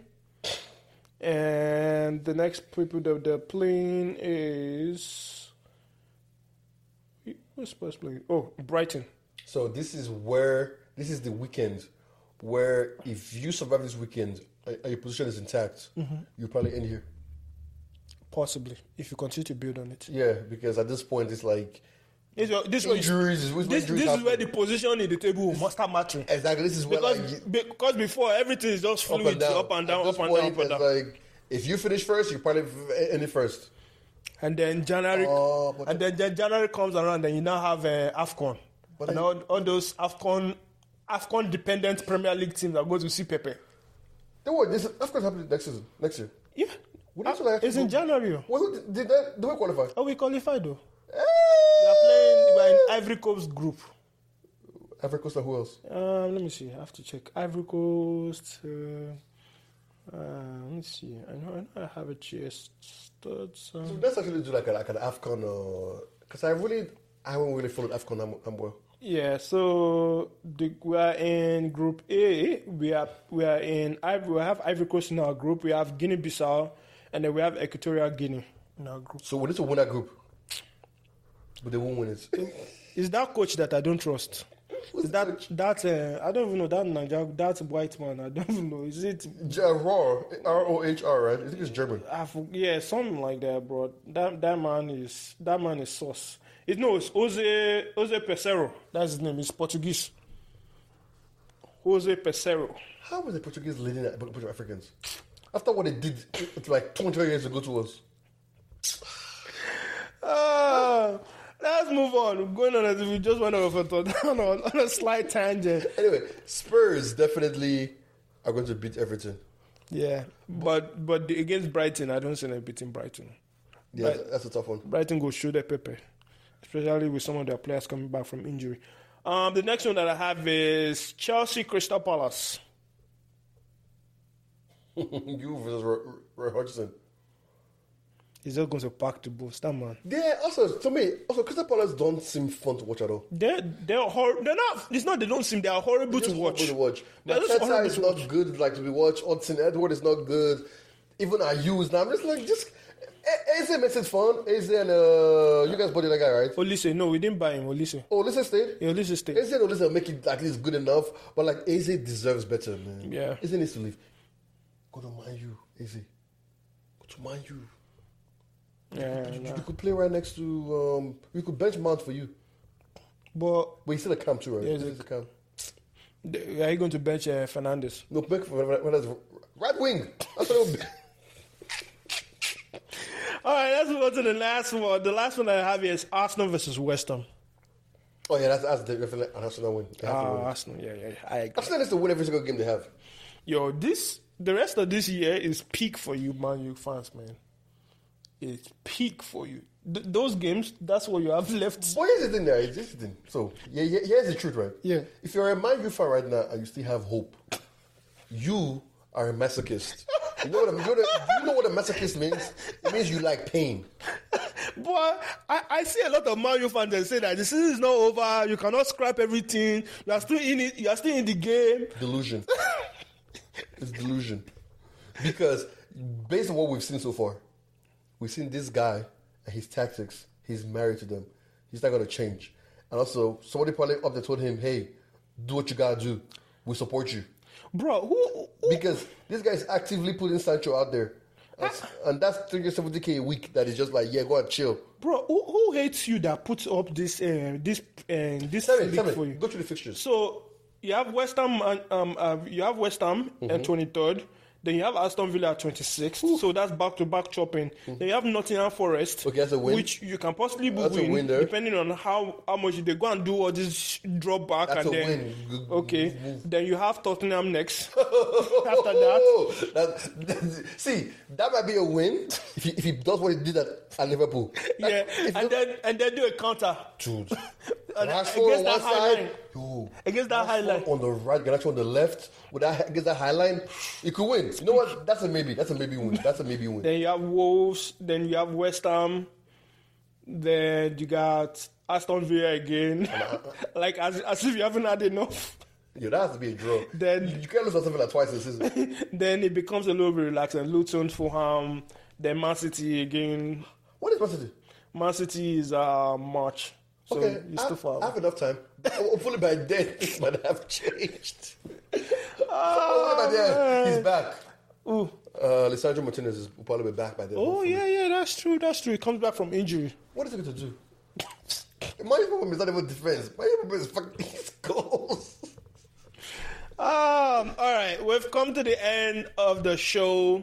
and the next people that they're playing is who's Spurs playing? Oh, Brighton.
So this is where this is the weekend where if you survive this weekend and and your position is intact,
Mm-hmm.
you probably end here.
Possibly, if you continue to build on it.
Yeah, because at this point it's like
This, this,
injuries. is-
this,
injuries
this is
happen.
where the position in the table will must start mattering.
exactly this is where
Because,
like,
because before everything is just
up
fluid,
and down,
up and down,
At
up
this
and
point,
down, up and
it's
down.
Like if you finish first, you probably f- end it first.
And then January,
Oh, but-
and then, then January comes around, and you now have uh, Afcon,
But
and
I-
all, all those Afcon, Afcon dependent Premier League teams are going to see Pepe.
Don't worry, this Afcon's happening next season. Next year.
Yeah,
What
Uh,
is it like-
it's in January. oh.
Well, who did- did that? Did we qualify? Eh!
Are we qualified though? We
Hey!
are playing. We're in Ivory Coast group.
Ivory Coast and who else?
Um, let me see. I have to check Ivory Coast. Uh, uh, let me see. I know. I know. I have a chest. That's, um,
Let's actually do like, a, like an Afcon, because I really, I haven't really followed Afcon that, mu- that well.
Yeah, so the, we are in Group A. We are we are in Iv- we have Ivory Coast in our group. We have Guinea Bissau, and then we have Equatorial Guinea in our group.
So we need to win that group, but they won't win it.
Is that coach that I don't trust? Is that that uh, I don't even know that Niger, that white man? I don't even know. Is it?
Rohr, R O H R, right? I think it's German.
I for- yeah, something like that, bro. That that man is that man is sauce. It no, it's Jose Jose Pesero. That's his name. He's Portuguese. Jose Pesero.
How was the Portuguese leading a bunch of Africans after what they did it's like 200 years ago to us?
Ah, Let's move on. Going on as if we just went off a thought- on a, on a slight tangent.
Anyway, Spurs definitely are going to beat Everton.
Yeah, but but the- against Brighton, I don't see them beating Brighton.
Yeah,
Right.
that's a tough one.
Brighton go shoot their pepper, especially with some of their players coming back from injury. Um, the next one that I have is Chelsea Crystal Palace.
you versus Roy, Roy Hodgson.
He's just going to pack the boost, that man.
Yeah, also to me, also Crystal Palace don't seem fun to watch at all.
They're they're hor- They're not. It's not. They don't seem. They are horrible to
Just
watch.
horrible to watch.
They're just
Mateta
horrible
is
to
not good, like to be watched. Hudson Edward is not good. Even I use now. I'm just like just. A- Eze makes it fun. Eze and uh, you guys bought that guy, right?
Olise, no, we didn't buy him. Olise,
Oh, listen, stayed.
yeah, Olise stayed.
Eze and Olise will make it at least good enough, but like Eze deserves better, man.
Yeah.
Eze needs to leave. Go to Man U, Eze. Go to Man U.
Yeah, nah.
You could play right next to. Um, we could bench Mount for you.
but
But he's still a camp too, right?
Yeah, he's
he's
a-
still a camp.
th- are you going to bench uh, Fernandez?
No, back for when that's right wing. That's what it would be.
All right, let's move on to the last one. The last one I have here is Arsenal versus West Ham.
Oh yeah, that's that's definitely an Arsenal win. They have to
Ah,
win.
Arsenal. Yeah, yeah, yeah, I agree.
Arsenal needs to win every single game they have.
Yo, this the rest of this year is peak for you, Man U fans, man. It's peak for you. Th- those games, that's what you have left.
But here's the thing, there. Here's the thing. So yeah, yeah, here's the truth, right?
Yeah.
If you're a Man U fan right now and you still have hope, you are a masochist. You know what? A, you, know what a, you know what a masochist means? It means you like pain.
But I, I see a lot of Man U fans that say that the season is not over. You cannot scrap everything. You are still in it. You are still in the game.
Delusion. it's delusion. Because based on what we've seen so far, we've seen this guy and his tactics, he's married to them. He's not gonna change. And also somebody probably up there told him, Hey, do what you gotta do. We support you.
Bro, who, who
Because this guy is actively putting Sancho out there. That's, and that's 370k a week that is just like, yeah, go and chill.
bro, who, who hates you that puts up this uh, this uh, this
Tell me,
league
tell
for
me,
you?
go through the fixtures.
So you have West Ham and um, uh, you have West Ham
Mhm.
and twenty third. Then you have Aston Villa at twenty sixth. So that's back to back chopping. Then you have Nottingham Forest,
Mhm. Okay, that's a win.
which you can possibly
That's a
win,
win there.
depending on how how much they go and do all this sh- drop back
That's
and
a
then
win. Good-
okay.
move.
Then you have Tottenham next. After that,
that, that- see, that might be a win if he, if he does what he did at, at Liverpool.
yeah,
If
and then and then do a counter
dude,
And
Rashford
against
on
that
one
high
side,
line.
yo,
against that
Rashford
highlight.
on the right, Garnacho on the left. With that against that high line, he could win. You know what? That's a maybe. That's a maybe win. That's a maybe win.
Then you have Wolves. Then you have West Ham. Then you got Aston Villa again. like as as if you haven't had enough.
Yo, that has to be a draw.
Then-
you, you can't lose to something like twice this season.
then it becomes a little bit relaxing. Luton, Fulham, then Man City again.
what is Man City?
Man City is uh March, so
Okay,
it's
I,
too far.
I have enough time. Hopefully by then things might have changed.
Ah,
Hopefully by then he's back.
Ooh.
Uh, Lisandro Martinez is will probably be back by then.
Oh yeah, yeah, that's true. That's true. It comes back from injury.
What is he going to do? My problem is not even defense. My problem is fucking his goals.
Um, all right, we've come to the end of the show.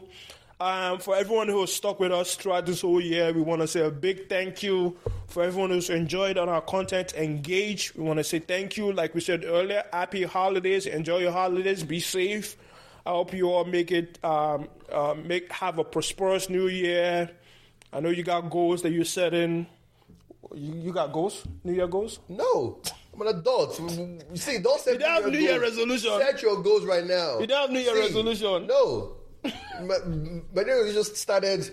Um, for everyone who has stuck with us throughout this whole year, we want to say a big thank you. For everyone who's enjoyed on our content, engage. We want to say thank you. Like we said earlier, happy holidays. Enjoy your holidays. Be safe. I hope you all make it. Um, uh, make have a prosperous new year. I know you got goals that you're setting. You, you got goals, New Year goals.
No, I'm an adult. You see, don't set
don't have New Year
goals.
resolution.
Set your goals right now.
You don't have New Year
See,
resolution.
No, my, my New Year just started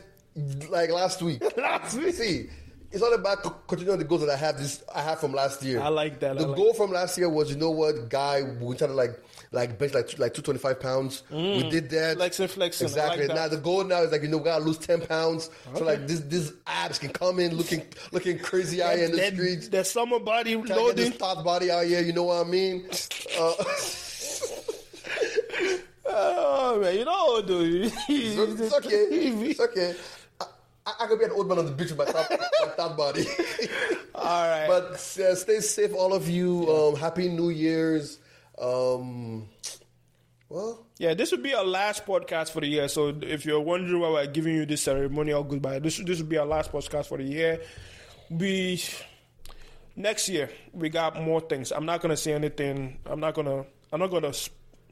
like last week.
Last week.
See, it's all about co- continuing the goals that I have this I have from last year.
I like that, I
The
like
goal from last year was, you know what, guy, we tried to like like bench like like two twenty five pounds.
Mm.
We did that.
Flexing, flexing. I
Exactly.
like that.
Now the goal now is like you know we gotta lose ten pounds so like this these abs can come in looking looking crazy out here in the
That-
streets.
that summer body
Can I get this
loading.
top body out here. You know what I mean? Uh,
Oh man, you know how old though.
it's okay. It's okay. I, I, I could be an old man on the beach with my top, my top body.
All right.
But uh, stay safe, all of you. Um, happy New Year's. Um, well,
yeah, this would be our last podcast for the year. So if you're wondering why we're giving you this ceremonial goodbye, this this would be our last podcast for the year. We Next year we got more things. I'm not gonna say anything. I'm not gonna. I'm not gonna s-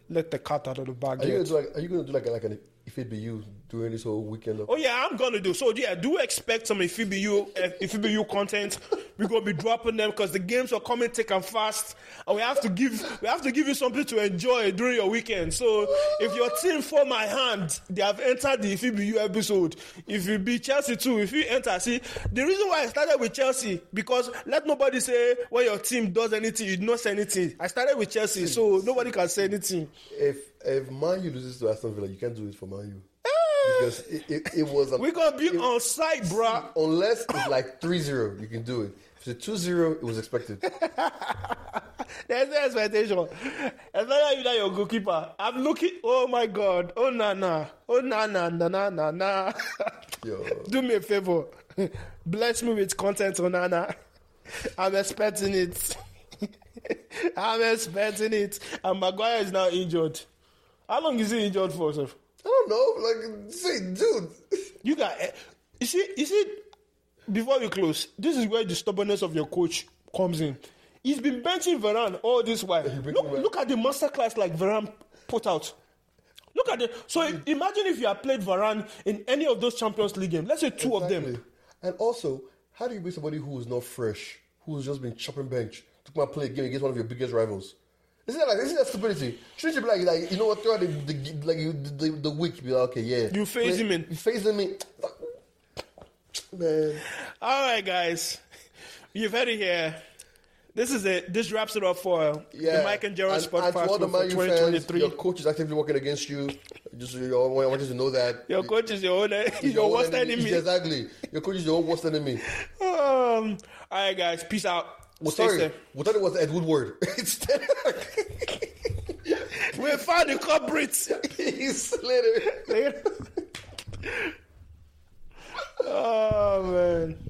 let the cat out of the bag.
Are you
yet.
gonna do like? Are you gonna do like like an if it be you during this whole weekend? Of,
Oh yeah, I'm gonna do. So yeah, do expect some FBU FBU content. We're gonna be dropping them because the games are coming thick and fast, and we have to give we have to give you something to enjoy during your weekend. So if your team for my hand, they have entered the FBU episode. If you be Chelsea too, if you enter, see the reason why I started with Chelsea because let nobody say when your team does anything, you don't say anything. I started with Chelsea, so nobody can say anything.
if if Man U loses to Aston Villa, you can't do it for Man U
Ah!
because it, it, it was. An,
We're gonna be
it-
on site, bruh.
Unless it's like 3-0, you can do it. If it's a 2-0, it was expected.
There's no expectation. Especially without your goalkeeper. I'm looking. Oh my god. Oh na na. Oh na na na na na na.
Yo.
Do me a favor. Bless me with content, oh Nana. I'm expecting it. I'm expecting it. And Maguire is now injured. How long is he injured for, sir?
I don't know. Like, say, dude.
You got. eh, You see. You see. Before we close, this is where the stubbornness of your coach comes in. He's been benching Varane all this while.
bring
Look,
Varane.
look at the masterclass like Varane put out. Look at the. So imagine if you had played Varane in any of those Champions League games. Let's say two of them.
Exactly. And also, how do you beat somebody who is not fresh, who's just been chopping bench, took my play a game against one of your biggest rivals? Isn't that like isn't that stupidity? Shouldn't you be like like you know what throughout the, the like you- the, the week you be like okay yeah
You phase him in.
you phase him in man
All right, guys, you've heard it here. This is it. This wraps it up for
yeah
the Mike and Gerald
and,
Sport
and to all the
for
Man U fans
2023.
your coach is actively working against you just you know, I want you to know that
your coach is your own,
He's
your
own
worst enemy.
exactly your coach is your own worst enemy
Um, all right, guys. Peace out.
well,
Stay
sorry
safe.
we thought it was Ed Woodward it's
We found the culprits.
He's literally.
oh man.